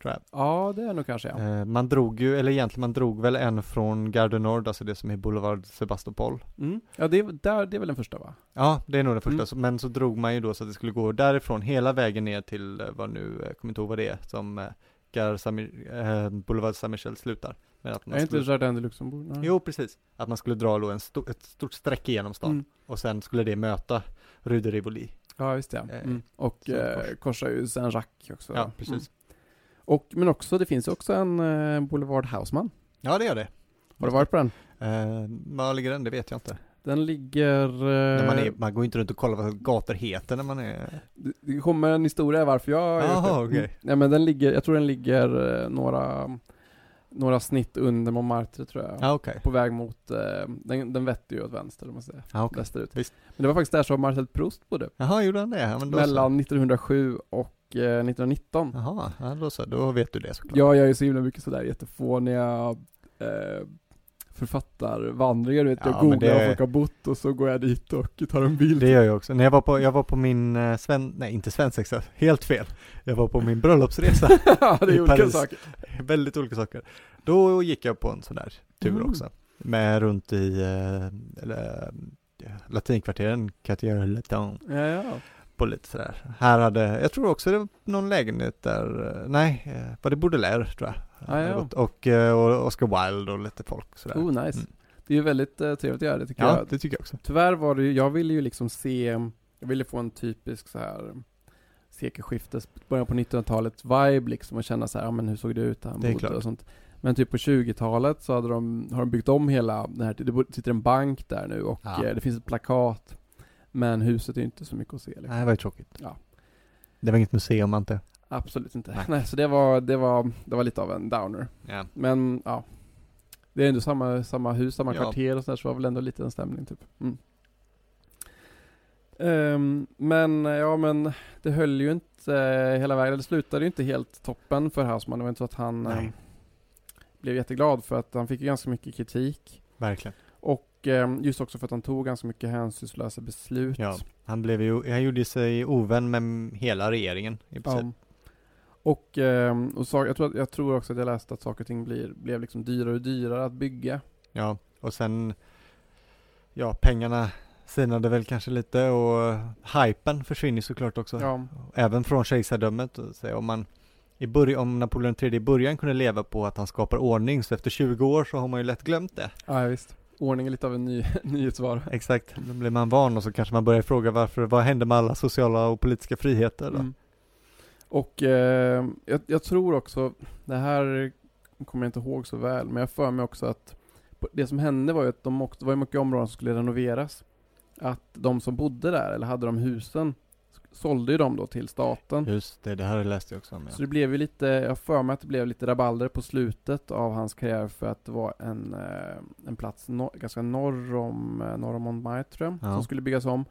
Speaker 2: Tror jag.
Speaker 1: Ja det är nog kanske ja.
Speaker 2: Eh, Man drog ju, eller egentligen man drog väl en från Gare du Nord, alltså det som är Boulevard Sebastopol.
Speaker 1: Mm. Ja det är, där, det är väl den första va?
Speaker 2: Ja, det är nog den första,
Speaker 1: Mm.
Speaker 2: Så- men så drog man ju då så att det skulle gå därifrån hela vägen ner till eh, vad nu, eh, kommer inte ihåg vad det är, som eh, Gare Saint- eh, Boulevard Saint-Michel slutar. Men att man
Speaker 1: är
Speaker 2: skulle,
Speaker 1: inte Jardin de Luxembourg? Nej.
Speaker 2: Jo, precis. Att man skulle dra då en sto- ett stort streck igenom stan
Speaker 1: Mm.
Speaker 2: och sen skulle det möta Rue de Rivoli.
Speaker 1: Ja visst ja.
Speaker 2: Eh,
Speaker 1: Mm. Och
Speaker 2: så
Speaker 1: eh,
Speaker 2: kors.
Speaker 1: korsar ju Saint-Jacques också.
Speaker 2: Ja, precis.
Speaker 1: Mm. Och, men också, det finns ju också en eh, Boulevard Hausmann.
Speaker 2: Ja, det gör det.
Speaker 1: Har du varit på den?
Speaker 2: Eh, var ligger den? Det vet jag inte.
Speaker 1: Den ligger... eh,
Speaker 2: När man, är, man går ju inte runt och kollar vad gator heter när man är...
Speaker 1: det- Det kommer en historia varför jag har gjort
Speaker 2: Jaha,
Speaker 1: det.
Speaker 2: okej.
Speaker 1: Mm. Nej men den ligger, jag tror den ligger eh, några, några snitt under Montmartre tror jag.
Speaker 2: Ja, okej.
Speaker 1: På väg mot, eh, den, den vetter ju åt vänster om man säger,
Speaker 2: Ja, okej.
Speaker 1: västerut.
Speaker 2: Visst.
Speaker 1: Men det var faktiskt där som Marcel Proust bodde.
Speaker 2: Jaha, gjorde han det? Ja, men då Så.
Speaker 1: Mellan 1907 och eh, 1919.
Speaker 2: Jaha, ja, då så. Då vet du det såklart.
Speaker 1: Jag gör ju så himla mycket sådär jättefåniga eh, författarvandringar, du vet,
Speaker 2: Ja,
Speaker 1: jag
Speaker 2: men
Speaker 1: googlar
Speaker 2: det-
Speaker 1: var folk har bott och så går jag dit och tar en bild.
Speaker 2: Det gör jag också. När jag var på, jag var på min, eh, sven, nej inte svensexa, helt fel. Jag var på min bröllopsresa.
Speaker 1: Ja, det
Speaker 2: i
Speaker 1: är olika
Speaker 2: Paris.
Speaker 1: saker.
Speaker 2: Väldigt olika saker. Då gick jag på en sån där tur
Speaker 1: Mm.
Speaker 2: också. Med runt i eh, eller, eh, latinkvarteren, Quartier Latin,
Speaker 1: Ja, ja.
Speaker 2: på lite sådär. Här hade, jag tror också det var någon lägenhet där, eh, nej, eh, var det Baudelaire tror jag.
Speaker 1: Ah, ja.
Speaker 2: Och, och, eh, och Oscar Wilde och lite folk sådär.
Speaker 1: Oh, nice.
Speaker 2: Mm.
Speaker 1: Det är ju väldigt eh, trevligt att göra det tycker
Speaker 2: ja,
Speaker 1: jag.
Speaker 2: det tycker jag också.
Speaker 1: Tyvärr var det ju, jag ville ju liksom se, jag ville få en typisk så här sekelskiftes, början på 1900-talet vibe liksom och känna så här, ja men hur såg det ut där han
Speaker 2: Det är
Speaker 1: bodde
Speaker 2: klart.
Speaker 1: och sånt. Men typ på 20-talet så hade de, har de byggt om hela den här, det bo- sitter en bank där nu och
Speaker 2: Ja.
Speaker 1: eh, det finns ett plakat. Men huset är ju inte så mycket att se liksom.
Speaker 2: Nej, det var ju tråkigt.
Speaker 1: Ja.
Speaker 2: Det var inget museum, inte.
Speaker 1: Absolut inte.
Speaker 2: Nej.
Speaker 1: Nej. så det var, det var, det var lite av en downer.
Speaker 2: Ja.
Speaker 1: Men ja, det är ändå samma, samma hus, samma
Speaker 2: Ja.
Speaker 1: kvarter och sådär, så var väl ändå lite en stämning typ. Mm. Ehm, men ja, men det höll ju inte eh, hela vägen. Det slutade ju inte helt toppen för Hausmann. Det var inte så att han eh,
Speaker 2: Nej.
Speaker 1: blev jätteglad för att han fick ju ganska mycket kritik.
Speaker 2: Verkligen.
Speaker 1: Och eh, just också för att han tog ganska mycket hänsynslösa beslut.
Speaker 2: Ja, han blev ju, han gjorde sig ovän med hela regeringen i princip.
Speaker 1: Ja. Och, ehm, och så, jag, tror att, jag tror också att jag läste att saker och ting blir, blev liksom dyrare och dyrare att bygga.
Speaker 2: Ja, och sen, ja, pengarna sinade väl kanske lite och eh, hypen försvinner såklart också.
Speaker 1: Ja.
Speaker 2: Även från kejsardömet. och Så om man i början, om Napoleon III i början kunde leva på att han skapar ordning, så efter 20 år så har man ju lätt glömt det.
Speaker 1: Ja, visst. Ordning är lite av en ny, nyhetsvara.
Speaker 2: Exakt, då blir man van och så kanske man börjar fråga varför, vad hände med alla sociala och politiska friheter då?
Speaker 1: Mm. Och eh, jag, jag tror också, det här kommer jag inte ihåg så väl, men jag för mig också att på- det som hände var ju att de också, det var ju mycket områden som skulle renoveras. Att de som bodde där, eller hade de husen, sålde ju dem då till staten.
Speaker 2: Just det, det här läste jag också om.
Speaker 1: Så det blev ju lite, jag har för mig att det blev lite rabalder på slutet av hans karriär för att det var en, eh, en plats no, ganska norr om, eh, norr om Montmartre
Speaker 2: Ja.
Speaker 1: som skulle byggas om.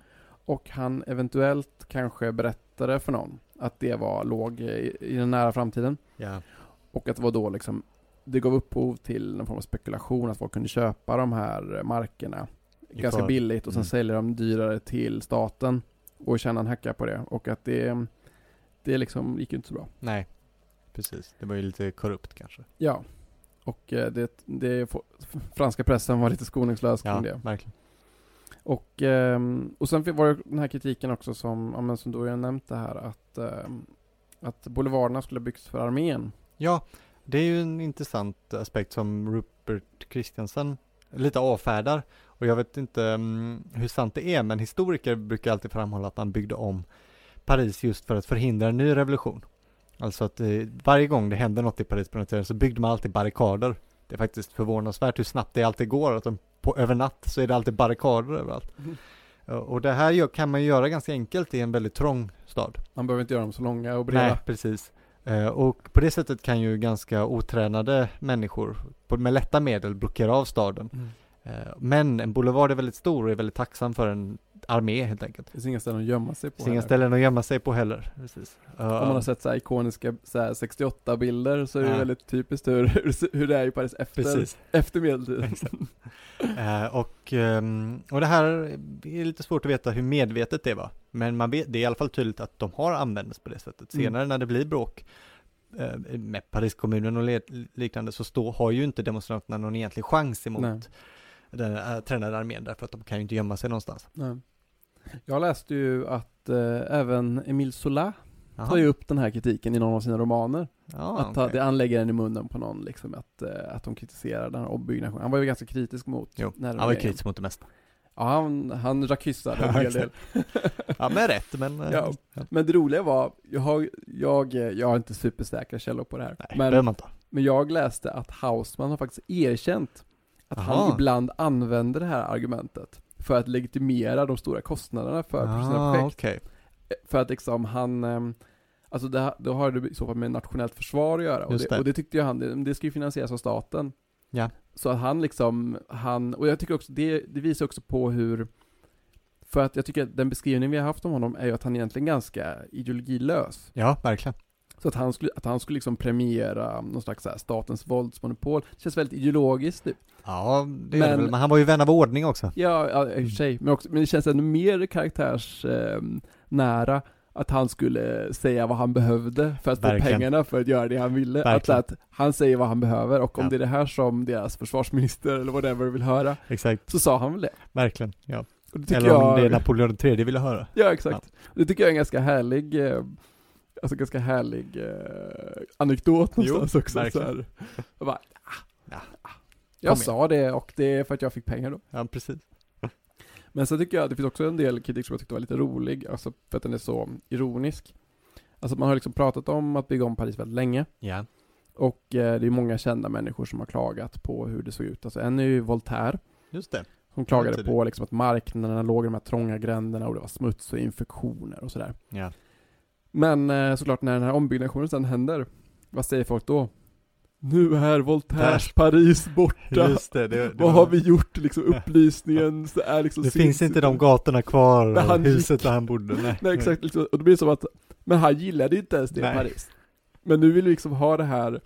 Speaker 1: Och han eventuellt kanske berättade för någon att det var låg i, i den nära framtiden.
Speaker 2: Ja.
Speaker 1: Och att det var då liksom, det gav upphov till någon form av spekulation att folk kunde köpa de här eh, markerna
Speaker 2: I
Speaker 1: ganska
Speaker 2: för-
Speaker 1: billigt och sen
Speaker 2: Mm.
Speaker 1: säljer de dyrare till staten och tjänar en hacka på det. Och att det, det liksom gick ju inte så bra.
Speaker 2: Nej, precis. Det var ju lite korrupt kanske.
Speaker 1: Ja, och eh, det, det franska pressen var lite skoningslös kring det.
Speaker 2: verkligen.
Speaker 1: Och, ehm, och sen var det den här kritiken också som, ja, men som du har ju nämnt det här att, ehm, att boulevarderna skulle ha byggts för armén.
Speaker 2: Ja, det är ju en intressant aspekt som Rupert Christiansen lite avfärdar. Och jag vet inte mm, hur sant det är, men historiker brukar alltid framhålla att man byggde om Paris just för att förhindra en ny revolution. Alltså att eh, varje gång det hände något i Paris på något sätt så byggde man alltid barrikader. Det är faktiskt förvånansvärt hur snabbt det alltid går, att de på, över natt så är det alltid barrikader överallt.
Speaker 1: Mhm.
Speaker 2: Ja, Och det här gör, kan man ju göra ganska enkelt i en väldigt trång stad.
Speaker 1: Man behöver inte göra dem så långa och breda.
Speaker 2: Nej, precis. Eh, Och på det sättet kan ju ganska otränade människor på- med lätta medel blockera av staden.
Speaker 1: Mm.
Speaker 2: Eh, Men en boulevard är väldigt stor och är väldigt tacksam för en armé helt enkelt.
Speaker 1: Det finns inga ställen att gömma sig
Speaker 2: Det
Speaker 1: på.
Speaker 2: finns inga
Speaker 1: heller.
Speaker 2: ställen att gömma sig på heller. Precis. Eh,
Speaker 1: Om man har sett så här ikoniska så här 68-bilder så är det
Speaker 2: Ja.
Speaker 1: väldigt typiskt hur, hur, hur det är i Paris efter,
Speaker 2: Precis.
Speaker 1: efter medeltiden.
Speaker 2: Exakt. Eh, och, ehm, och det här är lite svårt att veta hur medvetet det var. Men man vet, det är i alla fall tydligt att de har använts på det sättet.
Speaker 1: Mm.
Speaker 2: Senare när det blir bråk eh, med Pariskommunen och le- liknande så står, har ju inte demonstranterna någon egentlig chans emot
Speaker 1: Nej.
Speaker 2: den eh, tränade armén därför att de kan ju inte gömma sig någonstans.
Speaker 1: Nej. Jag läste ju att eh, även Emile Zola
Speaker 2: Jaha.
Speaker 1: tar ju upp den här kritiken i någon av sina romaner.
Speaker 2: Ja,
Speaker 1: att ta,
Speaker 2: okej.
Speaker 1: det anlägger den i munnen på någon, liksom, att, eh, att de kritiserar den här ombyggnationen. Han var ju ganska kritisk mot
Speaker 2: Jo,
Speaker 1: den här
Speaker 2: Han var ju
Speaker 1: renoveringen.
Speaker 2: kritisk mot det mesta.
Speaker 1: Ja, han, han rakyssade en
Speaker 2: Ja,
Speaker 1: hel del.
Speaker 2: Ja, men rätt, men... eh,
Speaker 1: Ja. Men det roliga var, jag har, jag, eh, jag har inte supersäkra källor på det här,
Speaker 2: Nej, behöver
Speaker 1: men,
Speaker 2: man ta.
Speaker 1: men jag läste att Hausmann har faktiskt erkänt att han
Speaker 2: Aha.
Speaker 1: ibland använder det här argumentet för att legitimera de stora kostnaderna för sina
Speaker 2: Ah,
Speaker 1: projekt.
Speaker 2: okej.
Speaker 1: För att liksom han, ehm, alltså det, då har det i så fall med nationellt försvar att göra. Och
Speaker 2: Just
Speaker 1: det,
Speaker 2: det.
Speaker 1: och det tyckte ju han, det, det ska ju finansieras av staten.
Speaker 2: Ja.
Speaker 1: Så att han liksom, han, och jag tycker också, det, det visar också på hur, för att jag tycker att den beskrivning vi har haft om honom är ju att han egentligen är ganska ideologilös.
Speaker 2: Ja, verkligen.
Speaker 1: Så att han skulle, att han skulle liksom premiera någon slags så här statens våldsmonopol, känns väldigt ideologiskt typ.
Speaker 2: Ja, det men,
Speaker 1: Men-
Speaker 2: väl. men han var ju vän av ordning också.
Speaker 1: Ja, ja i och för sig, men, också, men det känns ännu mer karaktärsnära nära att han skulle säga vad han behövde för att få
Speaker 2: Verkligen.
Speaker 1: pengarna för att göra det han ville. Att, så
Speaker 2: Verkligen.
Speaker 1: att han säger vad han behöver och om
Speaker 2: Ja.
Speaker 1: det är det här som deras försvarsminister eller whatever vill höra,
Speaker 2: Exakt,
Speaker 1: så sa han väl det.
Speaker 2: verkligen. Ja.
Speaker 1: Och det tycker
Speaker 2: Eller om
Speaker 1: jag...
Speaker 2: det är Napoleon III ville höra.
Speaker 1: Ja, exakt. Det tycker jag är en ganska härlig, eh, alltså ganska härlig eh, anekdot
Speaker 2: Jo,
Speaker 1: någonstans också. Så
Speaker 2: verkligen.
Speaker 1: här. Jag bara, ah,
Speaker 2: Ja.
Speaker 1: ah. Jag
Speaker 2: igen.
Speaker 1: sa det och det är för att jag fick pengar då.
Speaker 2: Ja, precis.
Speaker 1: Men sen tycker jag att det finns också en del kritik som jag tyckte var lite rolig, alltså för att den är så ironisk. Alltså man har liksom pratat om att bygga om Paris väldigt länge
Speaker 2: Ja.
Speaker 1: och eh, det är många kända människor som har klagat på hur det såg ut. Alltså en är ju Voltaire
Speaker 2: Just det.
Speaker 1: som klagade
Speaker 2: Samtidigt.
Speaker 1: på liksom att marknaderna låg i de här trånga gränderna och det var smuts och infektioner och sådär.
Speaker 2: Ja.
Speaker 1: Men eh, såklart när den här ombyggnationen sen händer, vad säger folk då? Nu är Voltaires Paris borta.
Speaker 2: Just det. det, det
Speaker 1: Vad
Speaker 2: var-
Speaker 1: har vi gjort? Liksom upplysningen så är liksom
Speaker 2: Det
Speaker 1: syns
Speaker 2: finns inte de gatorna kvar
Speaker 1: Där han
Speaker 2: och huset
Speaker 1: gick.
Speaker 2: där han bodde. Nej,
Speaker 1: Nej exakt, liksom, och då blir det som att, men han gillade ju inte ens det
Speaker 2: Nej.
Speaker 1: Paris. Men nu vill vi liksom ha det här,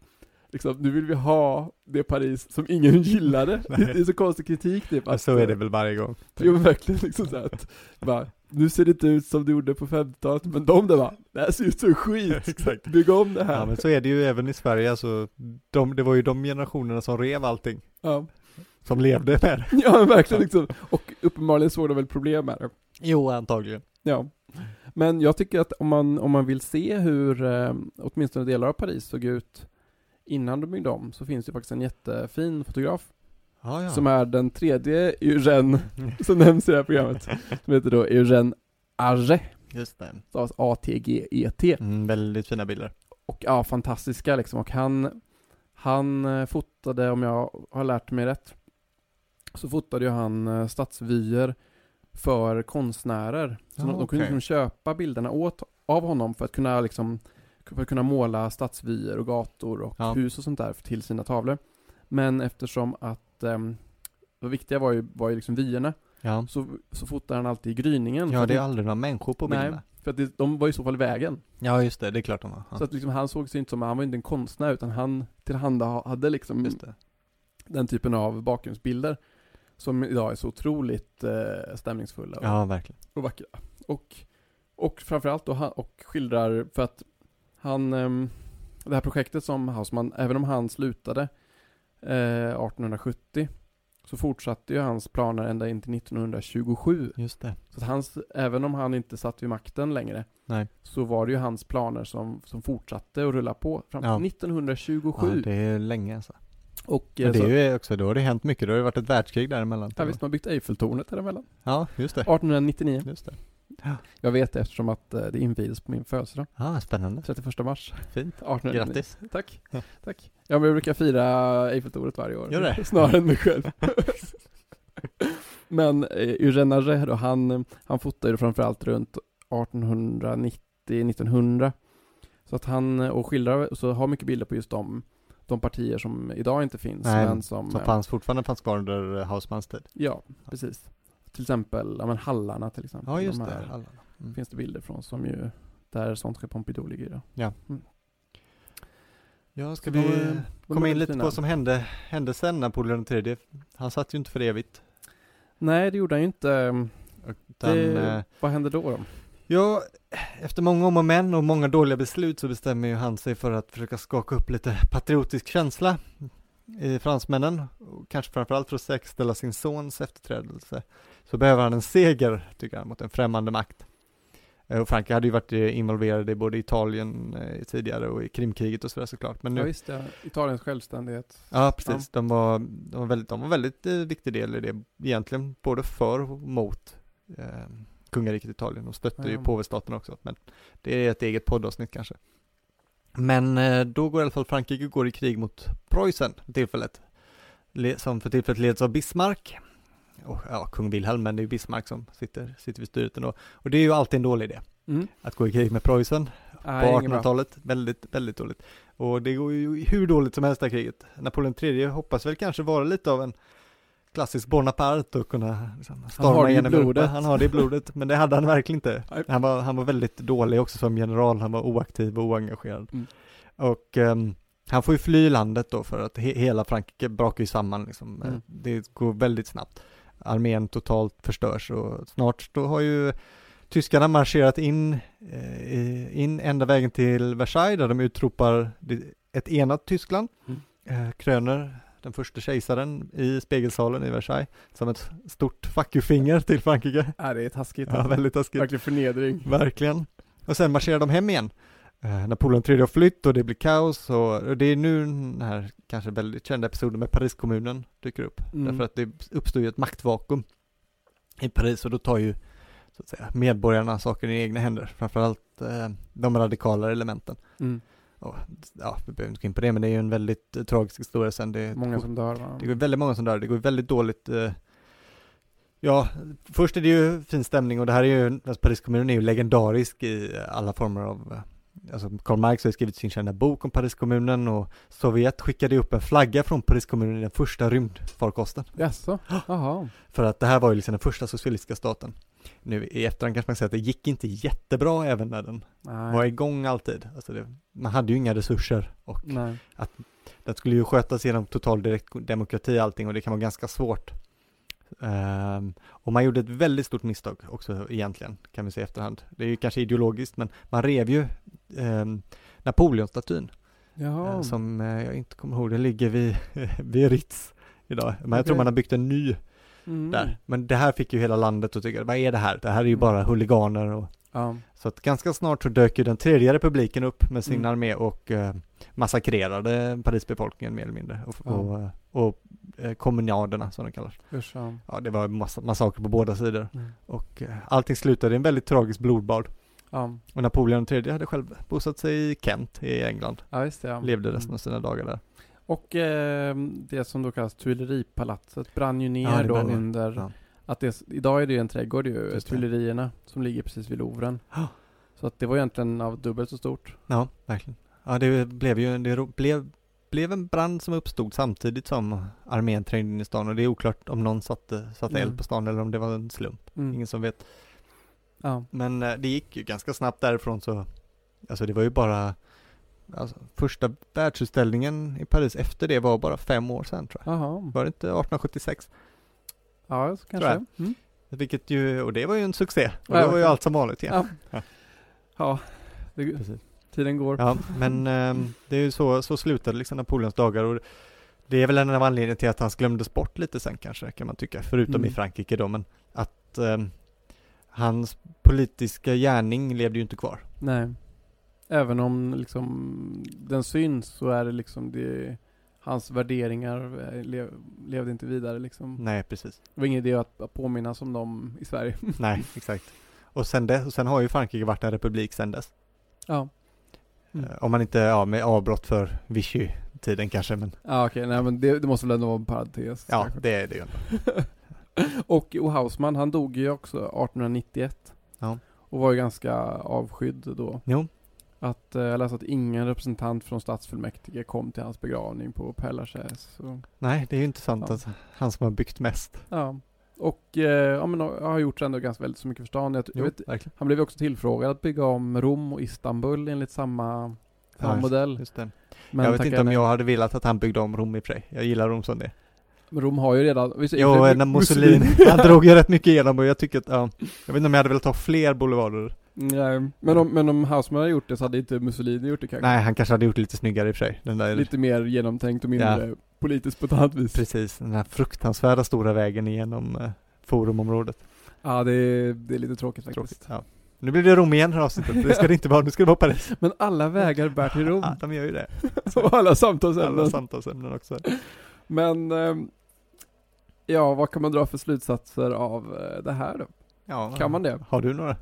Speaker 1: liksom, nu vill vi ha det Paris som ingen gillade. Det,
Speaker 2: Nej.
Speaker 1: det är så konstig kritik typ.
Speaker 2: Ja,
Speaker 1: att-
Speaker 2: så är det väl varje gång.
Speaker 1: Jo men verkligen liksom så här att, bara, nu ser det inte ut som det gjorde på 50-talet, men de där bara, det här ser ut som skit.
Speaker 2: exakt.
Speaker 1: Bygg om det här.
Speaker 2: Ja men så är det ju även i Sverige, alltså, de, det var ju de generationerna som rev allting,
Speaker 1: Ja.
Speaker 2: som levde med det.
Speaker 1: Ja men verkligen liksom. Och uppenbarligen såg de väl problem med det.
Speaker 2: Jo, antagligen.
Speaker 1: Ja. Men jag tycker att om man, om man vill se hur eh, åtminstone delar av Paris såg ut innan de byggde om så finns det faktiskt en jättefin fotograf
Speaker 2: Ja, Mm. ja.
Speaker 1: som är den tredje Eugène som nämns i det här programmet. Som heter då Eugène Arget,
Speaker 2: Just det.
Speaker 1: stavas A-T-G-E-T.
Speaker 2: Mm, väldigt fina bilder.
Speaker 1: Och ja, fantastiska liksom. Och han, han eh, fotade, om jag har lärt mig rätt, så fotade ju han eh, stadsvyer för konstnärer. Så
Speaker 2: Ja,
Speaker 1: de, de kunde
Speaker 2: Ah, okej.
Speaker 1: liksom köpa bilderna åt, av honom för att kunna liksom, för att kunna måla stadsvyer och gator och
Speaker 2: Ja.
Speaker 1: hus och sånt där till sina tavlor. Men eftersom att ehm, det viktiga var ju, var ju liksom vyerna,
Speaker 2: Ja.
Speaker 1: så, så fotade han alltid i gryningen. för
Speaker 2: Ja,
Speaker 1: att
Speaker 2: det är
Speaker 1: de-
Speaker 2: aldrig några människor på
Speaker 1: Nej.
Speaker 2: bilderna.
Speaker 1: För att det, de var i så fall i vägen.
Speaker 2: Ja, just det, det är klart de var.
Speaker 1: Så
Speaker 2: Ja.
Speaker 1: att liksom han såg sig inte som, han var inte en konstnär utan han tillhanda hade liksom
Speaker 2: Just det.
Speaker 1: den typen av bakgrundsbilder som idag är så otroligt eh, stämningsfulla och,
Speaker 2: Ja, verkligen.
Speaker 1: och vackra. Och, och framförallt då, han- och skildrar för att han, ehm, det här projektet som Hausmann, även om han slutade eh, 1870 så fortsatte ju hans planer ända in till 1927.
Speaker 2: Just det.
Speaker 1: Så att hans, även om han inte satt vid makten längre
Speaker 2: Nej.
Speaker 1: så var det ju hans planer som, som fortsatte att rulla på fram till
Speaker 2: Ja.
Speaker 1: 1927.
Speaker 2: Ja, det är länge alltså.
Speaker 1: Och eh,
Speaker 2: Men det
Speaker 1: så,
Speaker 2: är ju också, då har det hänt mycket, då har det varit ett världskrig däremellan.
Speaker 1: ja, visst, man har byggt Eiffeltornet däremellan.
Speaker 2: Ja, just det.
Speaker 1: 1899.
Speaker 2: Just det.
Speaker 1: Jag vet det eftersom att eh, det invigdes på min födelsedag.
Speaker 2: Ja, spännande.
Speaker 1: 31 mars
Speaker 2: Fint.
Speaker 1: 1899.
Speaker 2: Grattis.
Speaker 1: Tack.
Speaker 2: Ja.
Speaker 1: Tack. Ja, men jag brukar fira Eiffeltornet varje år.
Speaker 2: Gör det?
Speaker 1: Snarare än mig själv. men eh, Eugène Arret då, han, eh, han fotade ju framförallt runt 1890-1900. Så att han, eh, och skildrar, så har mycket bilder på just de, de partier som idag inte finns.
Speaker 2: Nej,
Speaker 1: men som,
Speaker 2: Som
Speaker 1: eh,
Speaker 2: fanns, fortfarande fanns kvar under eh, Hausmans tid.
Speaker 1: Ja, precis. Till exempel, ja men Hallarna till exempel.
Speaker 2: Ja, just
Speaker 1: de
Speaker 2: det.
Speaker 1: här
Speaker 2: Alla. Mm.
Speaker 1: finns det bilder från som ju, där Centre Pompidou ligger idag.
Speaker 2: Ja, ska
Speaker 1: Så de
Speaker 2: vi
Speaker 1: är- de är
Speaker 2: komma in
Speaker 1: väldigt
Speaker 2: lite på
Speaker 1: fina.
Speaker 2: vad som hände, hände sen Napoleon III. Han satt ju inte för evigt.
Speaker 1: Nej, det gjorde han ju inte.
Speaker 2: Utan,
Speaker 1: det,
Speaker 2: eh,
Speaker 1: Vad hände då då?
Speaker 2: ja, efter många om och men och många dåliga beslut så bestämmer ju han sig för att försöka skaka upp lite patriotisk känsla i fransmännen. Och kanske framförallt för att säkerställa sin sons efterträdelse. Så behöver han en seger, tycker han, mot en främmande makt. Eh, Och Frankrike hade ju varit eh, involverade i både Italien eh, tidigare och i Krimkriget och sådär såklart. Men nu,
Speaker 1: Ja visst ja, Italiens självständighet.
Speaker 2: Ja, precis. De, var, de, var väldigt, de var väldigt eh, viktig del i det egentligen, både för och mot eh, kungariket Italien. De stötte ju
Speaker 1: Ja.
Speaker 2: påvestaten också, men det är ett eget poddavsnitt kanske. Men eh, då går i alla fall Frankrike går i krig mot Preussen för tillfället, Le- som för tillfället leds av Bismarck. Och, ja, kung Wilhelm, men det är ju Bismarck som sitter, sitter vid styret ändå. Och det är ju alltid en dålig idé,
Speaker 1: Mm.
Speaker 2: att gå i krig med Preussen
Speaker 1: Nej,
Speaker 2: på
Speaker 1: inget bra.
Speaker 2: 1800-talet. Väldigt, väldigt dåligt. Och det går ju hur dåligt som helst det här kriget. Napoleon III hoppas väl kanske vara lite av en klassisk Bonaparte och kunna liksom,
Speaker 1: har
Speaker 2: storma
Speaker 1: det i
Speaker 2: genom Europa.
Speaker 1: blodet.
Speaker 2: Han har det i blodet, men det hade han verkligen inte.
Speaker 1: Nej.
Speaker 2: Han var, han var väldigt dålig också som general, han var oaktiv och oengagerad.
Speaker 1: Mm.
Speaker 2: Och ehm, han får ju fly landet då för att he hela Frankrike brakar ju samman liksom.
Speaker 1: Mm.
Speaker 2: Det går väldigt snabbt. Armén totalt förstörs och snart då har ju tyskarna marscherat in, eh, i- in ända vägen till Versailles där de utropar det- ett enat Tyskland.
Speaker 1: Mm.
Speaker 2: Eh, Kröner, den första kejsaren i spegelsalen i Versailles, som ett stort fuck you-finger till Frankrike.
Speaker 1: Ja, det är taskigt.
Speaker 2: Ja,
Speaker 1: alltså.
Speaker 2: väldigt taskigt.
Speaker 1: Verkligen förnedring.
Speaker 2: Verkligen. Och sen marscherar de hem igen. Eh, Napoleon III har flytt och det blir kaos och, och det är nu den här kanske väldigt kända episoden med Pariskommunen dyker upp.
Speaker 1: Mm.
Speaker 2: Därför att det uppstår ju ett maktvakuum i Paris och då tar ju så att säga, medborgarna saker i egna händer, framförallt eh, de radikala elementen.
Speaker 1: Mm.
Speaker 2: Och, ja, vi behöver inte gå in på det, men det är ju en väldigt eh, tragisk historia sen. Det,
Speaker 1: Många som dör va?
Speaker 2: det går väldigt många som dör, det går väldigt dåligt. eh, Ja, först är det ju fin stämning och det här är ju, alltså Pariskommunen är ju legendarisk i eh, alla former av, eh, alltså Karl Marx har ju skrivit sin kända bok om Pariskommunen och Sovjet skickade ju upp en flagga från Pariskommunen i den första rymdfarkosten.
Speaker 1: Jaså? Jaha.
Speaker 2: För att det här var ju liksom den första socialistiska staten. Nu i efterhand kanske man kan säga att det gick inte jättebra även när den var
Speaker 1: Nej.
Speaker 2: igång alltid. Alltså det, man hade ju inga resurser och
Speaker 1: Nej.
Speaker 2: det skulle ju skötas genom total direkt demokrati allting och det kan vara ganska svårt. Ehm, och man gjorde ett väldigt stort misstag också egentligen, kan vi säga i efterhand. Det är ju kanske ideologiskt, men man rev ju ehm, Napoleonstatyn,
Speaker 1: Jaha.
Speaker 2: eh, som eh, jag inte kommer ihåg, den ligger vid, vid Ritz idag. Men jag tror
Speaker 1: Okej.
Speaker 2: man har byggt en ny
Speaker 1: Mm.
Speaker 2: där. Men det här fick ju hela landet att tycka, vad är det här? Det här är ju
Speaker 1: Mm.
Speaker 2: bara huliganer och
Speaker 1: Ja.
Speaker 2: så att ganska snart så dök ju den tredje republiken upp med sin
Speaker 1: Mm.
Speaker 2: armé och eh, massakrerade Parisbefolkningen mer eller mindre och,
Speaker 1: Ja.
Speaker 2: och, eh, och eh, kommunaderna som de kallas.
Speaker 1: Usch, ja.
Speaker 2: Ja, det var massa, massaker på båda sidor
Speaker 1: Mm.
Speaker 2: och eh, allting slutade i en väldigt tragisk blodbad.
Speaker 1: ja.
Speaker 2: Och Napoleon III hade själv bosatt sig i Kent i England,
Speaker 1: Ja, just det. Ja.
Speaker 2: levde resten
Speaker 1: Mm.
Speaker 2: av sina dagar där.
Speaker 1: Och eh, det som då kallas Tuileripalatset brann ju ner
Speaker 2: Ja, det
Speaker 1: då
Speaker 2: brann ner.
Speaker 1: under
Speaker 2: Ja.
Speaker 1: att det, idag är det ju en trädgård ju,
Speaker 2: Just det.
Speaker 1: Tuilerierna, som ligger precis vid Louvren.
Speaker 2: Ja.
Speaker 1: Så att det var egentligen av dubbelt så stort.
Speaker 2: Ja, verkligen. Ja, det blev ju det ro- blev, blev en brand som uppstod samtidigt som armén trängde in i stan och det är oklart om någon satte, satte
Speaker 1: Mm.
Speaker 2: eld på stan eller om det var en slump.
Speaker 1: Mm.
Speaker 2: Ingen som vet.
Speaker 1: Ja.
Speaker 2: Men eh, det gick ju ganska snabbt därifrån så, alltså det var ju bara, alltså, första världsutställningen i Paris efter det var bara fem år sedan tror jag.
Speaker 1: Jaha.
Speaker 2: Var det inte 1876?
Speaker 1: Ja, så
Speaker 2: Tror
Speaker 1: kanske.
Speaker 2: jag.
Speaker 1: Mm.
Speaker 2: Vilket ju, och det var ju en succé. Och
Speaker 1: Ja,
Speaker 2: det var ju
Speaker 1: verkligen.
Speaker 2: allt som vanligt igen.
Speaker 1: Ja. Ja, det,
Speaker 2: Precis.
Speaker 1: tiden går.
Speaker 2: Ja, men ehm, det är ju så, så slutade liksom Napoleons dagar och det är väl en av anledningarna till att han glömdes bort lite sen kanske, kan man tycka, förutom
Speaker 1: Mm.
Speaker 2: i Frankrike då, men att ehm, hans politiska gärning levde ju inte kvar.
Speaker 1: Nej. Även om liksom den syns så är det liksom det, hans värderingar eh, lev, levde inte vidare liksom.
Speaker 2: Nej, precis.
Speaker 1: Det var ingen idé att, att påminna om dem i Sverige.
Speaker 2: Nej, exakt. Och sen, dess, och sen har ju Frankrike varit en republik sen dess.
Speaker 1: ja. Mm.
Speaker 2: Eh, Om man inte, ja, med avbrott för Vichy-tiden kanske, men
Speaker 1: Ja okej, nej men det, det måste väl ändå vara en parentes.
Speaker 2: ja,
Speaker 1: kanske.
Speaker 2: det är det ju. ändå.
Speaker 1: Och O. Hausmann, han dog ju också 1891.
Speaker 2: Ja.
Speaker 1: Och var ju ganska avskydd då.
Speaker 2: Jo,
Speaker 1: Att, eh, jag läste att ingen representant från stadsfullmäktige kom till hans begravning på Père Lachaise. Så,
Speaker 2: nej, det är ju inte sant
Speaker 1: Ja.
Speaker 2: att han som har byggt mest.
Speaker 1: ja. Och eh, ja, men, har har gjort ändå ganska väldigt så mycket för stan. Jag, jag
Speaker 2: Jo,
Speaker 1: vet,
Speaker 2: verkligen.
Speaker 1: han blev ju också tillfrågad att bygga om Rom och Istanbul enligt samma, samma
Speaker 2: Ja,
Speaker 1: modell.
Speaker 2: Just det.
Speaker 1: Men eh,
Speaker 2: Jag vet
Speaker 1: tackar
Speaker 2: inte om
Speaker 1: nej.
Speaker 2: jag hade velat att han byggde om Rom i och för sig. Jag gillar Rom som det är.
Speaker 1: Men Rom har ju redan... visst, i och
Speaker 2: Jo,
Speaker 1: för sig-
Speaker 2: när Mussolini, han drog ju rätt mycket igenom och jag tycker att, ja, jag vet inte om jag hade velat ha fler boulevarder.
Speaker 1: Nej, men om, men om Hausmann hade gjort det så hade inte Mussolini gjort det kanske.
Speaker 2: Nej, han kanske hade gjort det lite snyggare i och för sig. Den där,
Speaker 1: Lite mer genomtänkt och mindre politiskt på ett annat vis.
Speaker 2: precis, den här fruktansvärda stora vägen igenom eh, forumområdet.
Speaker 1: Ja, det är, det är lite tråkigt faktiskt.
Speaker 2: Tråkigt. Ja. Nu blir det Rom igen det här avsnittet. Det ska det inte vara. Nu ska det vara Paris.
Speaker 1: Men alla vägar bär till Rom.
Speaker 2: Ja, de gör ju det.
Speaker 1: och alla
Speaker 2: Alla
Speaker 1: samtalsämnen.
Speaker 2: samtalsämnen också.
Speaker 1: Men, ehm, ja, vad kan man dra för slutsatser av eh, det här då?
Speaker 2: Ja,
Speaker 1: Kan man det?
Speaker 2: Har du några?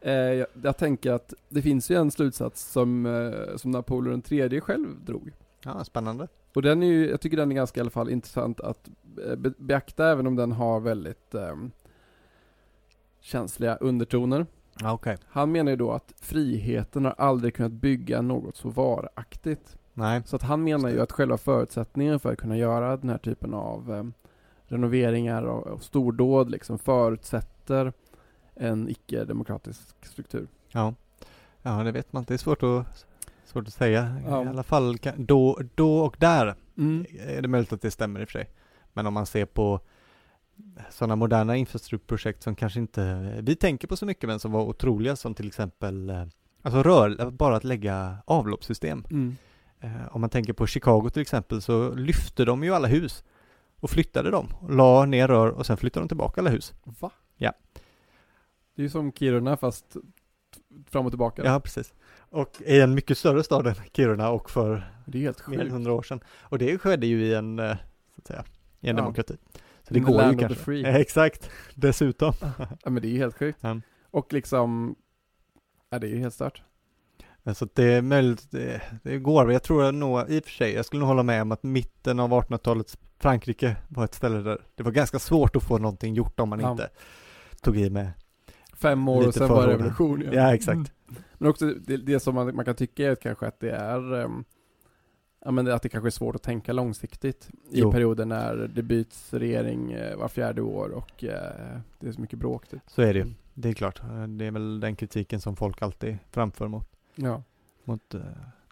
Speaker 1: Eh, jag, jag tänker att det finns ju en slutsats som, eh, som Napoleon III själv drog.
Speaker 2: Ja, spännande.
Speaker 1: Och den är ju, jag tycker den är ganska i alla fall intressant att eh, be- beakta även om den har väldigt ehm, känsliga undertoner.
Speaker 2: Ja, okej.
Speaker 1: Han menar ju då att friheten har aldrig kunnat bygga något så varaktigt.
Speaker 2: Nej.
Speaker 1: Så att han menar ju att själva förutsättningen för att kunna göra den här typen av eh, renoveringar och, och stordåd liksom förutsätter en icke-demokratisk struktur.
Speaker 2: Ja. ja, det vet man inte. Det är svårt att, svårt att säga.
Speaker 1: Ja.
Speaker 2: I alla fall kan, då, då och där
Speaker 1: Mm.
Speaker 2: är det möjligt att det stämmer i och för sig. Men om man ser på sådana moderna infrastrukturprojekt som kanske inte vi tänker på så mycket men som var otroliga som till exempel eh, alltså rör, bara att lägga avloppssystem.
Speaker 1: Mm.
Speaker 2: Eh, Om man tänker på Chicago till exempel så lyfte de ju alla hus och flyttade dem, la ner rör och sen flyttade de tillbaka alla hus.
Speaker 1: Va?
Speaker 2: Ja.
Speaker 1: Det är ju som Kiruna fast t- fram och tillbaka.
Speaker 2: Ja, precis. Och i en mycket större stad än Kiruna och för
Speaker 1: Det är helt
Speaker 2: mer än
Speaker 1: sjukt.
Speaker 2: hundra år sedan. Och det skedde ju i en, eh, så att säga, i en
Speaker 1: Ja.
Speaker 2: demokrati. Så det
Speaker 1: In the
Speaker 2: går
Speaker 1: land
Speaker 2: ju
Speaker 1: of the
Speaker 2: kanske.
Speaker 1: free.
Speaker 2: Eh, Exakt, dessutom.
Speaker 1: Ja men det är ju helt sjukt.
Speaker 2: Ja.
Speaker 1: Och liksom, ja det är ju helt stört.
Speaker 2: Men Eh, Så att det är möjligt, det, det går, men jag tror nog, i och för sig, jag skulle nog hålla med om att mitten av 1800-talets Frankrike var ett ställe där det var ganska svårt att få någonting gjort om man
Speaker 1: Ja.
Speaker 2: inte tog i med,
Speaker 1: Fem år
Speaker 2: Lite
Speaker 1: och sen var det
Speaker 2: förhållande.
Speaker 1: revolution.
Speaker 2: ja, exakt.
Speaker 1: Men också det, det som man, man kan tycka är kanske att det är ehm, Ja men det- att det kanske är svårt att tänka långsiktigt i
Speaker 2: Jo.
Speaker 1: perioder när det byts regering eh, var fjärde år och eh, det är så mycket bråk typ.
Speaker 2: Så är det ju. Mm. Det är klart. Eh, Det är väl den kritiken som folk alltid framför mot,
Speaker 1: Ja.
Speaker 2: mot eh,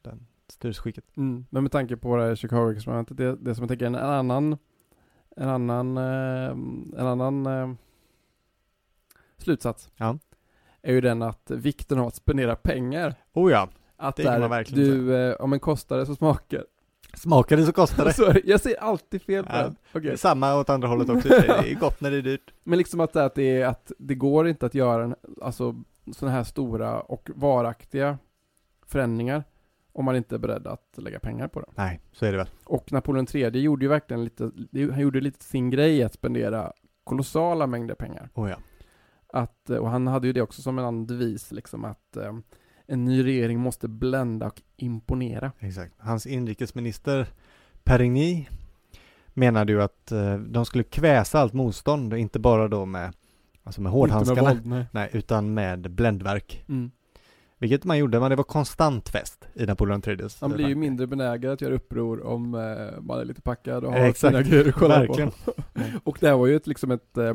Speaker 2: den styrelseskicket.
Speaker 1: Mm. Men med tanke på det här Chicago-experimentet, det, det som jag tänker är en annan en annan, eh, en annan eh, slutsats
Speaker 2: Ja.
Speaker 1: är ju den att vikten av att spendera pengar.
Speaker 2: Oh ja,
Speaker 1: Att
Speaker 2: Det kan
Speaker 1: där
Speaker 2: man verkligen
Speaker 1: du, eh, om en kostar det så smakar
Speaker 2: smakar det så kostar det.
Speaker 1: Sorry, jag ser alltid fel på
Speaker 2: Ja.
Speaker 1: den. Okej.
Speaker 2: Samma åt andra hållet också. i och för sig. Det är gott när det är dyrt.
Speaker 1: Men liksom att, det- att, det är, att det går inte att göra en, alltså, sådana här stora och varaktiga förändringar om man inte är beredd att lägga pengar på det.
Speaker 2: Nej, så är det väl.
Speaker 1: Och Napoleon III gjorde ju verkligen lite, han gjorde lite sin grej att spendera kolossala mängder pengar.
Speaker 2: Oh ja.
Speaker 1: Att, eh, och han hade ju det också som en annan devis, liksom att eh, en ny regering måste blända och imponera.
Speaker 2: Exakt. Hans inrikesminister Perigny menade ju att eh, de skulle kväsa allt motstånd, inte bara då med, alltså med
Speaker 1: Inte med
Speaker 2: hårdhandskarna,
Speaker 1: våld, nej.
Speaker 2: nej, utan med bländverk.
Speaker 1: Mm.
Speaker 2: Vilket man gjorde, men det var konstant fest i Napoleon IIIs.
Speaker 1: Han blir ju
Speaker 2: bank.
Speaker 1: mindre benägen att göra uppror om eh, man är lite packad och har
Speaker 2: Exakt.
Speaker 1: sina grejer att kolla på.
Speaker 2: Verkligen.
Speaker 1: Och det här var ju ett, liksom ett, eh,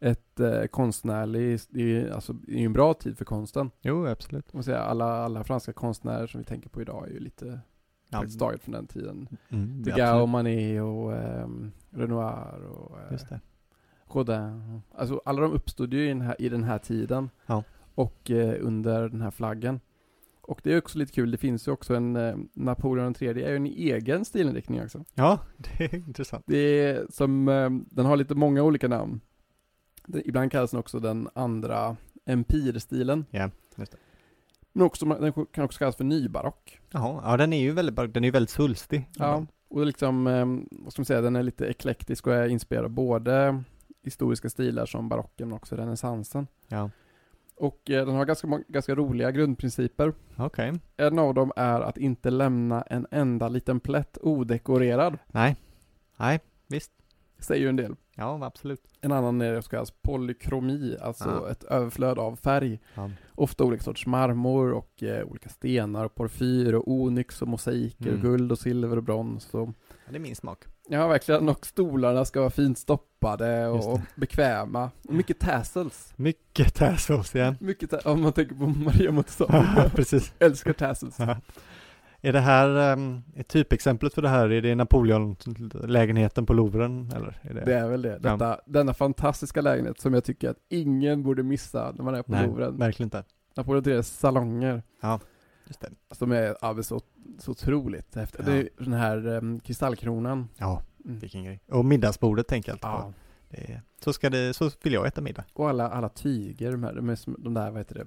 Speaker 1: ett eh, konstnärligt, det är ju alltså, det är ju en bra tid för konsten.
Speaker 2: Jo, absolut.
Speaker 1: Man säga, alla, alla franska konstnärer som vi tänker på idag är ju lite
Speaker 2: Ja,
Speaker 1: faktiskt taget från den tiden.
Speaker 2: mm,
Speaker 1: Degas och Manet och ehm, Renoir och eh,
Speaker 2: Just det.
Speaker 1: Rodin. Alltså alla de uppstod ju i den här, i den här tiden.
Speaker 2: Ja.
Speaker 1: Och eh, under den här flaggen. Och det är också lite kul, det finns ju också en, eh, Napoleon III är ju en egen stilinriktning också.
Speaker 2: Ja, det är intressant.
Speaker 1: Det är som, eh, den har lite många olika namn. Den, ibland kallas den också den andra empirstilen.
Speaker 2: Ja, just det.
Speaker 1: Men också, den kan också kallas för nybarock.
Speaker 2: Jaha, ja den är ju väldigt, bar- den är ju väldigt svulstig.
Speaker 1: Ja. Och det är liksom, eh, vad ska man säga, den är lite eklektisk och är inspirerad av både historiska stilar som barocken men också renässansen.
Speaker 2: ja.
Speaker 1: Och eh, den har ganska, må- ganska roliga grundprinciper.
Speaker 2: Okej.
Speaker 1: En av dem är att inte lämna en enda liten plätt odekorerad.
Speaker 2: Nej. Nej,
Speaker 1: Säger ju en del.
Speaker 2: ja absolut.
Speaker 1: En annan är det som kallas polykromi, alltså
Speaker 2: Ah.
Speaker 1: ett överflöd av färg.
Speaker 2: Ja.
Speaker 1: Ofta olika sorts marmor och eh, olika stenar och porfyr och onyx och mosaiker
Speaker 2: Mm.
Speaker 1: och guld och silver och brons. Och,
Speaker 2: Det är min smak.
Speaker 1: ja, verkligen. Och stolarna ska vara fint stoppade
Speaker 2: Just det.
Speaker 1: och, bekväma. Och mycket tassels.
Speaker 2: Mycket tassels ja.
Speaker 1: Mycket ta- om man tänker på Maria Montessori.
Speaker 2: Precis.
Speaker 1: Älskar tassels.
Speaker 2: Är det här um, är typexemplet för det här? Är det Napoleon-lägenheten på Louvren? Eller är det...
Speaker 1: Det är väl det. Detta, Denna fantastiska lägenhet som jag tycker att ingen borde missa när man är på
Speaker 2: Nej,
Speaker 1: Louvren.
Speaker 2: verkligen inte.
Speaker 1: Napoleon III's salonger.
Speaker 2: Just det.
Speaker 1: Som är ja, men så, så otroligt häftigt. Det är ju den här em, kristallkronan.
Speaker 2: Ja,
Speaker 1: Mm.
Speaker 2: vilken grej. Och middagsbordet tänker jag alltid på.
Speaker 1: Ja.
Speaker 2: Det är... så, ska det... så vill jag äta middag.
Speaker 1: Och alla, alla tyger, de, här, de, är som, de där, vad heter det?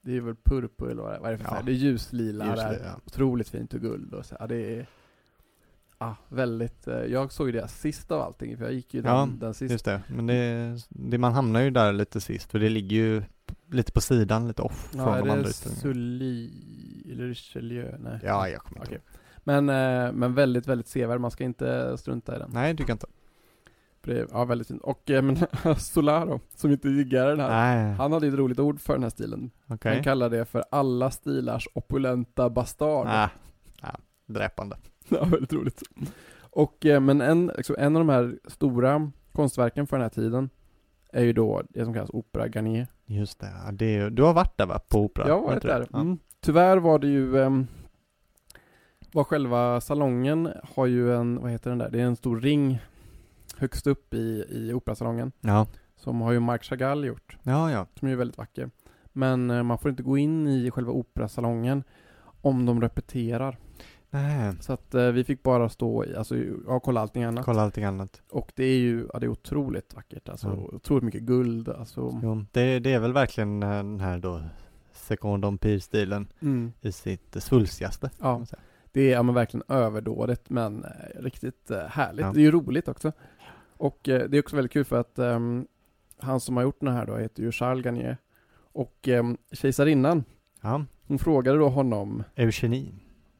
Speaker 1: Det är väl purpur eller vad det är, vad är det för
Speaker 2: Ja.
Speaker 1: färg? Det är ljuslila,
Speaker 2: Ljus-
Speaker 1: det är
Speaker 2: ja.
Speaker 1: otroligt fint och guld och så. Ja, det är ja, väldigt, eh, jag såg ju det sist av allting, för jag gick ju den,
Speaker 2: Ja,
Speaker 1: den sist.
Speaker 2: Just det, men det, det, man hamnar ju där lite sist för det ligger ju p- lite på sidan, lite off
Speaker 1: ja,
Speaker 2: från
Speaker 1: är
Speaker 2: de andra
Speaker 1: det
Speaker 2: utställningarna.
Speaker 1: Sully, eller Richelieu? Nej.
Speaker 2: Ja, jag kommer inte
Speaker 1: Okej.
Speaker 2: ihåg.
Speaker 1: Men, eh, men väldigt, väldigt sevärd, man ska inte strunta i den.
Speaker 2: Nej, tycker jag inte.
Speaker 1: För det är- Ja, väldigt fint. Och eh, men, Solaro, som inte diggar den här,
Speaker 2: Nej,
Speaker 1: han hade ju ett roligt ord för den här stilen.
Speaker 2: okej.
Speaker 1: Han kallar det för alla stilars opulenta bastard.
Speaker 2: Nej, nej, dräpande.
Speaker 1: Ja, väldigt roligt. Och, eh, men en, liksom, en av de här stora konstverken för den här tiden är ju då det som kallas opera Garnier.
Speaker 2: Just det, ja, det är, ju- du har varit där va? På Opera?
Speaker 1: Jag har varit
Speaker 2: inte det?
Speaker 1: där. Mm. Tyvärr var det ju ehm, var själva salongen har ju en, vad heter den där, det är en stor ring högst upp i, i operasalongen
Speaker 2: Ja.
Speaker 1: som har ju Marc Chagall gjort,
Speaker 2: ja, ja,
Speaker 1: som är väldigt vacker. Men eh, man får inte gå in i själva operasalongen om de repeterar.
Speaker 2: nej,
Speaker 1: Så att eh, vi fick bara stå i, alltså ja, kolla allting annat.
Speaker 2: kolla allting annat.
Speaker 1: Och det är ju, ja det är otroligt vackert alltså.
Speaker 2: Ja.
Speaker 1: Otroligt mycket guld alltså.
Speaker 2: Jo, det, det är väl verkligen eh, den här då Second Empire-stilen
Speaker 1: Mm.
Speaker 2: i sitt svulstigaste. kan
Speaker 1: Ja,
Speaker 2: man säga.
Speaker 1: det är ja, men verkligen överdådigt men eh, riktigt eh, härligt.
Speaker 2: Ja.
Speaker 1: Det är ju roligt också. Och eh, det är också väldigt kul för att ehm, han som har gjort den här då heter ju Charles Garnier. Och ehm, kejsarinnan,
Speaker 2: Ja,
Speaker 1: hon frågade då honom,
Speaker 2: Eugenie.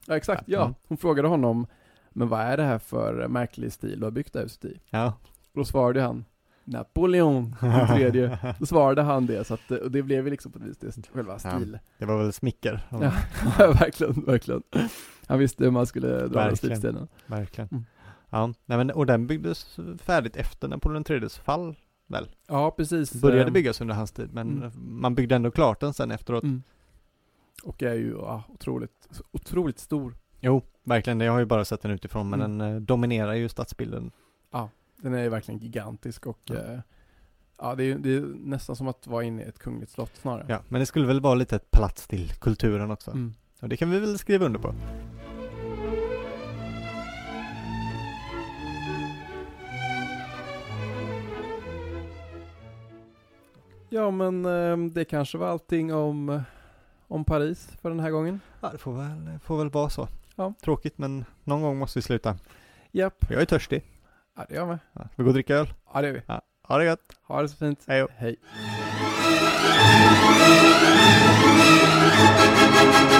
Speaker 1: ja exakt,
Speaker 2: Ja.
Speaker 1: ja, hon frågade honom, men vad är det här för märklig stil du har byggt det här huset i?
Speaker 2: Ja.
Speaker 1: Då svarade han Napoleon den tredje. Då svarade han det, så att, eh, och det blev ju liksom på ett vis det, själva
Speaker 2: Mm. Ja.
Speaker 1: stil.
Speaker 2: Det var väl smicker?
Speaker 1: Ja. Ja, verkligen, verkligen. Han visste hur man skulle dra den
Speaker 2: Verkligen.
Speaker 1: slipstenen.
Speaker 2: Verkligen.
Speaker 1: Mm.
Speaker 2: Ja, nej men, och den byggdes färdigt efter Napoleon IIIs fall.
Speaker 1: Ja, precis.
Speaker 2: Började
Speaker 1: Ehm,
Speaker 2: byggas under hans tid, men
Speaker 1: Mm.
Speaker 2: man byggde ändå klart den sen efteråt.
Speaker 1: Mm. Och är ju ja, otroligt, otroligt stor.
Speaker 2: Jo, verkligen. Jag har ju bara sett den utifrån, men
Speaker 1: Mm.
Speaker 2: den eh, dominerar ju stadsbilden.
Speaker 1: Den är ju verkligen gigantisk och
Speaker 2: Ja.
Speaker 1: ja. Ja, det, är, ju- det är nästan som att vara inne i ett kungligt slott snarare.
Speaker 2: Ja, men det skulle väl vara lite ett plats till kulturen också.
Speaker 1: Mm.
Speaker 2: Och det kan vi väl skriva under på.
Speaker 1: ja men ehm, det kanske var allting om, om Paris för den här gången.
Speaker 2: Ja, det får väl, det får väl vara så.
Speaker 1: Ja.
Speaker 2: Tråkigt, men någon gång måste vi sluta.
Speaker 1: Japp,
Speaker 2: Jag är törstig.
Speaker 1: ja, det gör jag med.
Speaker 2: Ja, vi går och dricker öl.
Speaker 1: Ja, det gör vi.
Speaker 2: Ha det gött.
Speaker 1: Ha det så fint.
Speaker 2: Hej då.
Speaker 1: Hej.